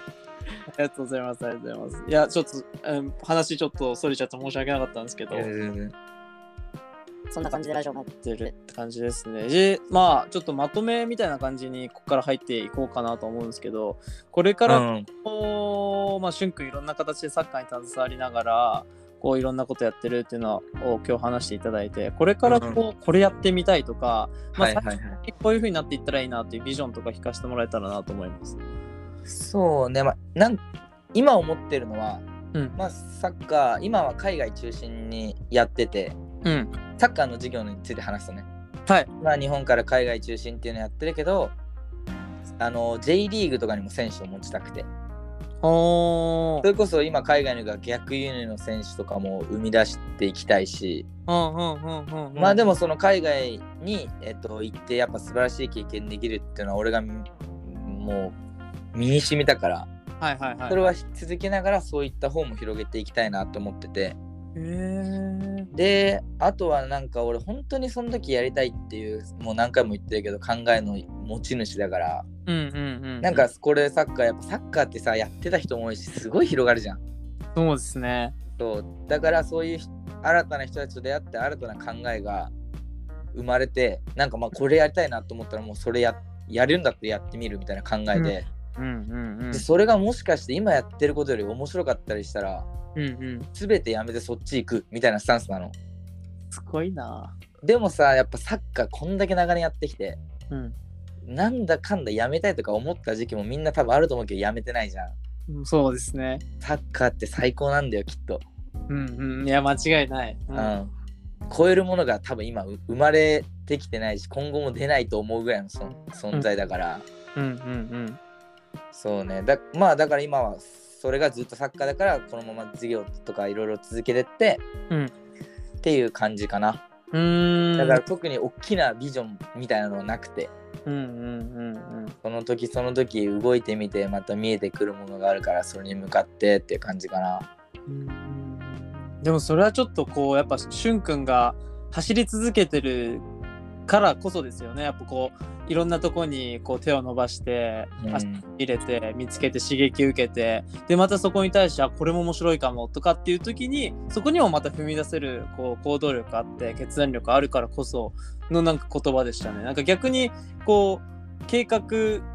B: がとうございますありがとうございますいやちょっと、うん話ちょっとそれちゃって申し訳なかったんですけど
D: そんな感じでラジオが
B: ってるって感じですね。で、まあ、ちょっとまとめみたいな感じに、ここから入っていこうかなと思うんですけど、これから、
C: うん、
B: こうまあ、しゅんくんいろんな形でサッカーに携わりながら、こういろんなことやってるっていうのを今日話していただいて、これからこう、これやってみたいとか、まあ、
C: はいはいはい。
B: こういう風になっていったらいいなっていうビジョンとか聞かせてもらえたらなと思います。
C: そうね、まあ、なん今思ってるのは、
B: うん
C: まあ、サッカー、今は海外中心にやってて、
B: うん。
C: サッカーの授業について話すとね、
B: はい。
C: まあ、日本から海外中心っていうのやってるけど、あの J リーグとかにも選手を持ちたくて
B: お
C: それこそ今海外のが逆輸入の選手とかも生み出していきたいし、
B: うんうんうんうん。
C: まあでもその海外に、えっと、行ってやっぱ素晴らしい経験できるっていうのは俺がみもう身に染みたから
B: はいはいはい。
C: それは続けながらそういった方も広げていきたいなと思ってて
B: へー
C: であとはなんか俺本当にその時やりたいっていうもう何回も言ってるけど考えの持ち主だから
B: うんうんうん。
C: なんかこれサッカーやっぱサッカーってさやってた人も多いしすごい広がるじゃん
B: そうですね。
C: そうだからそういう人新たな人たちと出会って新たな考えが生まれてなんかまあこれやりたいなと思ったらもうそれややるんだってやってみるみたいな考えで,、
B: うんうんうん
C: で。それがもしかして今やってることより面白かったりしたら
B: うんうん。
C: 全てやめてそっち行くみたいなスタンスなの
B: すごいな。
C: でもさやっぱサッカーこんだけ長年やってきて
B: うん。
C: なんだかんだやめたいとか思った時期もみんな多分あると思うけどやめてないじゃん
B: そうですね。
C: サッカーって最高なんだよきっと、
B: うんうん。いや、間違いない。う。
C: うんん超えるものが多分今う生まれてきてないし今後も出ないと思うぐらいの存存在だから、
B: うんうん
C: そうねだまあだから今はそれがずっとサッカーだからこのまま授業とかいろいろ続けてって、
B: うん
C: っていう感じかな
B: うん。うーん。
C: だから、特に大きなビジョンみたいなのはなくて
B: うんうんうんうん。
C: その時その時動いてみてまた見えてくるものがあるからそれに向かってっていう感じかな
B: でもそれはちょっとこうやっぱしゅんくんが走り続けてるからこそですよねやっぱこういろんなとこにこう手を伸ばして
C: うん
B: 足入れて見つけて刺激受けてでまたそこに対してあこれも面白いかもとかっていう時にそこにもまた踏み出せるこう行動力あって決断力あるからこそのなんか言葉でしたねなんか逆にこう計画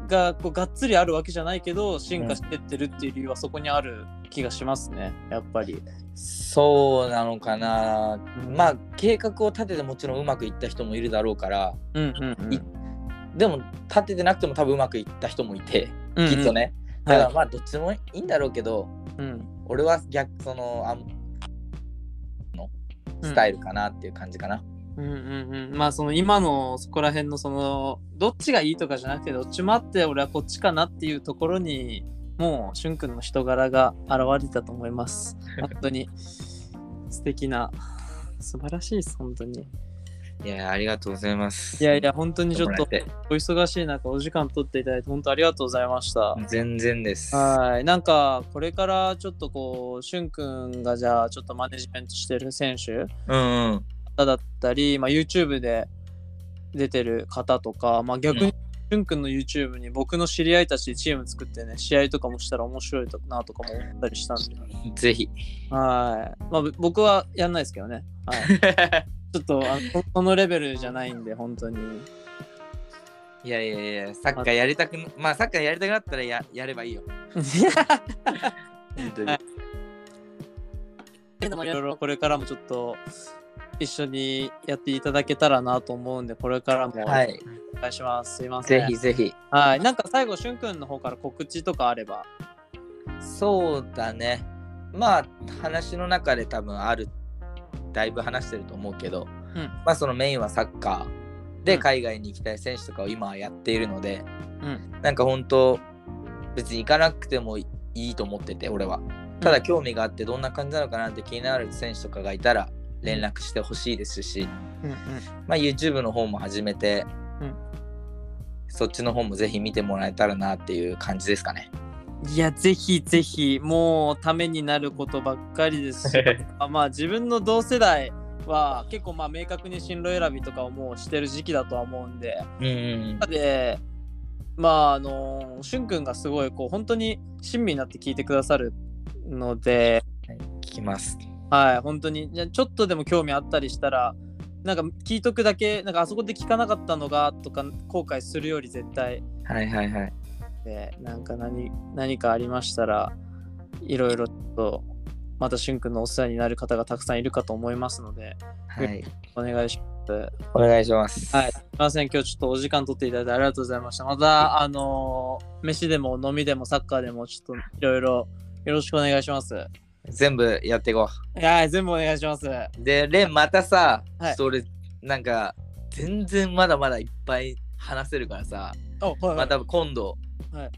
B: がこうがっつりあるわけじゃないけど進化してってるっていう理由はそこにある気がしますねやっぱり。
C: そうなのかなまあ計画を立ててもちろんうまくいった人もいるだろうから
B: うんうんうん
C: いでも立ててなくても多分うまくいった人もいて、
B: うんうん
C: きっとね
B: は
C: だ
B: い
C: からまあどっちもいいんだろうけど、
B: うん
C: 俺は逆そのあんのスタイルかなっていう感じかな、
B: うんうんうん、まあその今のそこら辺のそのどっちがいいとかじゃなくてどっちもあって俺はこっちかなっていうところにもうしゅんくんの人柄が現れたと思います本当に素敵な素晴らしいです本当に
C: いや、ありがとうございます。
B: いやいや、本当にちょっ
C: も
B: と
C: らえて
B: お忙しい中、お時間取っていただいて、本当ありがとうございました。
C: 全然です。
B: はい、なんかこれからちょっとこう、しゅんくんがじゃあちょっとマネジメントしてる選手
C: うんうん。
B: 方だったり、まあ、YouTube で出てる方とか、まあ、逆
C: う
B: にしゅんくんの YouTube に僕の知り合いたちでチーム作ってね、試合とかもしたら面白いなとかも思ったりしたんで、
C: ぜひ。
B: はい、まあ、ぶ僕はやんないですけどね、はい、ちょっとあのそのレベルじゃないんで、本当に。
C: いやいやいや、サッカーやりたくな、まあサッカーやりたくなったらややればいいよ。
A: 本当に
B: はいいろいろこれからもちょっと一緒にやっていただけたらなと思うんで、これからもお願
C: い。
B: いします。すいません。
C: ぜひ。ぜひ。
B: はい。なんか最後、しゅんくんの方から告知とかあれば。
C: そうだね。まあ話の中で多分ある、だいぶ話してると思うけど、
B: うん
C: まあそのメインはサッカー
B: う
C: で
B: ん
C: 海外に行きたい選手とかを今はやっているので、
B: うん
C: なんか本当、別に行かなくてもいいと思ってて、俺は。ただ興味があってどんな感じなのかなって気になる選手とかがいたら連絡してほしいですし、
B: うんうん。
C: まあ、YouTube の方も始めて、
B: うん
C: そっちの方もぜひ見てもらえたらなっていう感じですかね。
B: いや、ぜひぜひ、もうためになることばっかり ですし、あまあ自分の同世代は結構まあ明確に進路選びとかをもうしてる時期だとは思うんで、
C: うんうん
B: でまああのしゅんくんがすごいこう本当に親身になって聞いてくださるので
C: うん、聞きます。
B: はい本当にじゃあちょっとでも興味あったりしたらなんか聞いとくだけなんかあそこで聞かなかったのがとか後悔するより絶対
C: はいはいはい。
B: でなんか何何かありましたらいろいろとまたしゅんくんのお世話になる方がたくさんいるかと思いますので
C: はい、
B: お願いします。
C: お願いします。
B: はい、すみません、今日ちょっとお時間取っていただいてありがとうございました。また、あのー飯でも飲みでもサッカーでも、ちょっといろいろよろしくお願いします。は
C: 全部やっていこ
B: い、全部お願いします。は
C: う。で、レンまたさ、
B: はい
C: それなんか全然まだまだいっぱい話せるからさ、
B: おはい
C: また今度、
B: はい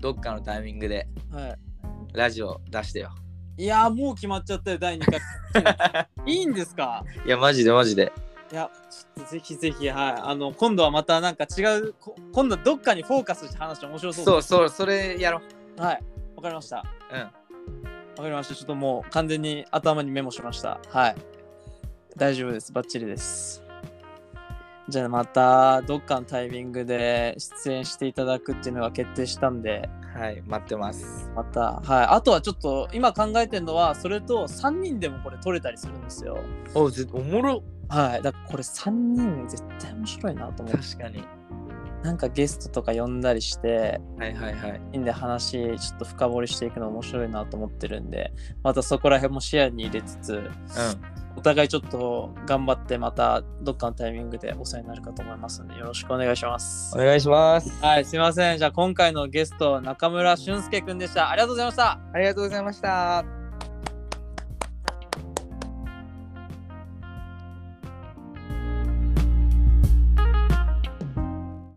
C: どっかのタイミングで
B: は
C: ラジオ出してよ。
B: い、いやー、もう決まっちゃったよ、第2回。 いいんですか
C: いや、マジでマジで。
B: いや、ちょっとぜひぜひ、はい、あの、今度はまたなんか違う、こ今度はどっかにフォーカスして話して面白そう
C: そうそう、それやろう。
B: う。はい、わかりました。わ
C: うん。
B: かりました。ちょっともう完全に頭にメモしました。はい。大丈夫です。バッチリです。じゃあまたどっかのタイミングで出演していただくっていうのが決定したんで、
C: はい、待ってます。
B: また、はい。あとはちょっと今考えてるのは、それと3人でもこれ取れたりするんですよ。
C: お、ぜおもろ。
B: はい。だからこれ3人絶対面白いなと思う。
C: 確かに。
B: なんかゲストとか呼んだりして、
C: はいはいはい。
B: 3人で話ちょっと深掘りしていくの面白いなと思ってるんで、またそこら辺も視野に入れつつ、
C: う
B: お互いちょっと頑張ってまたどっかのタイミングでお世話になるかと思いますのでよろしくお願いします
C: ん。お。願いします。
B: はい、すいません。じゃあ今回のゲスト中村俊介くんでした。ありがとうございました。
C: ありがとうございました。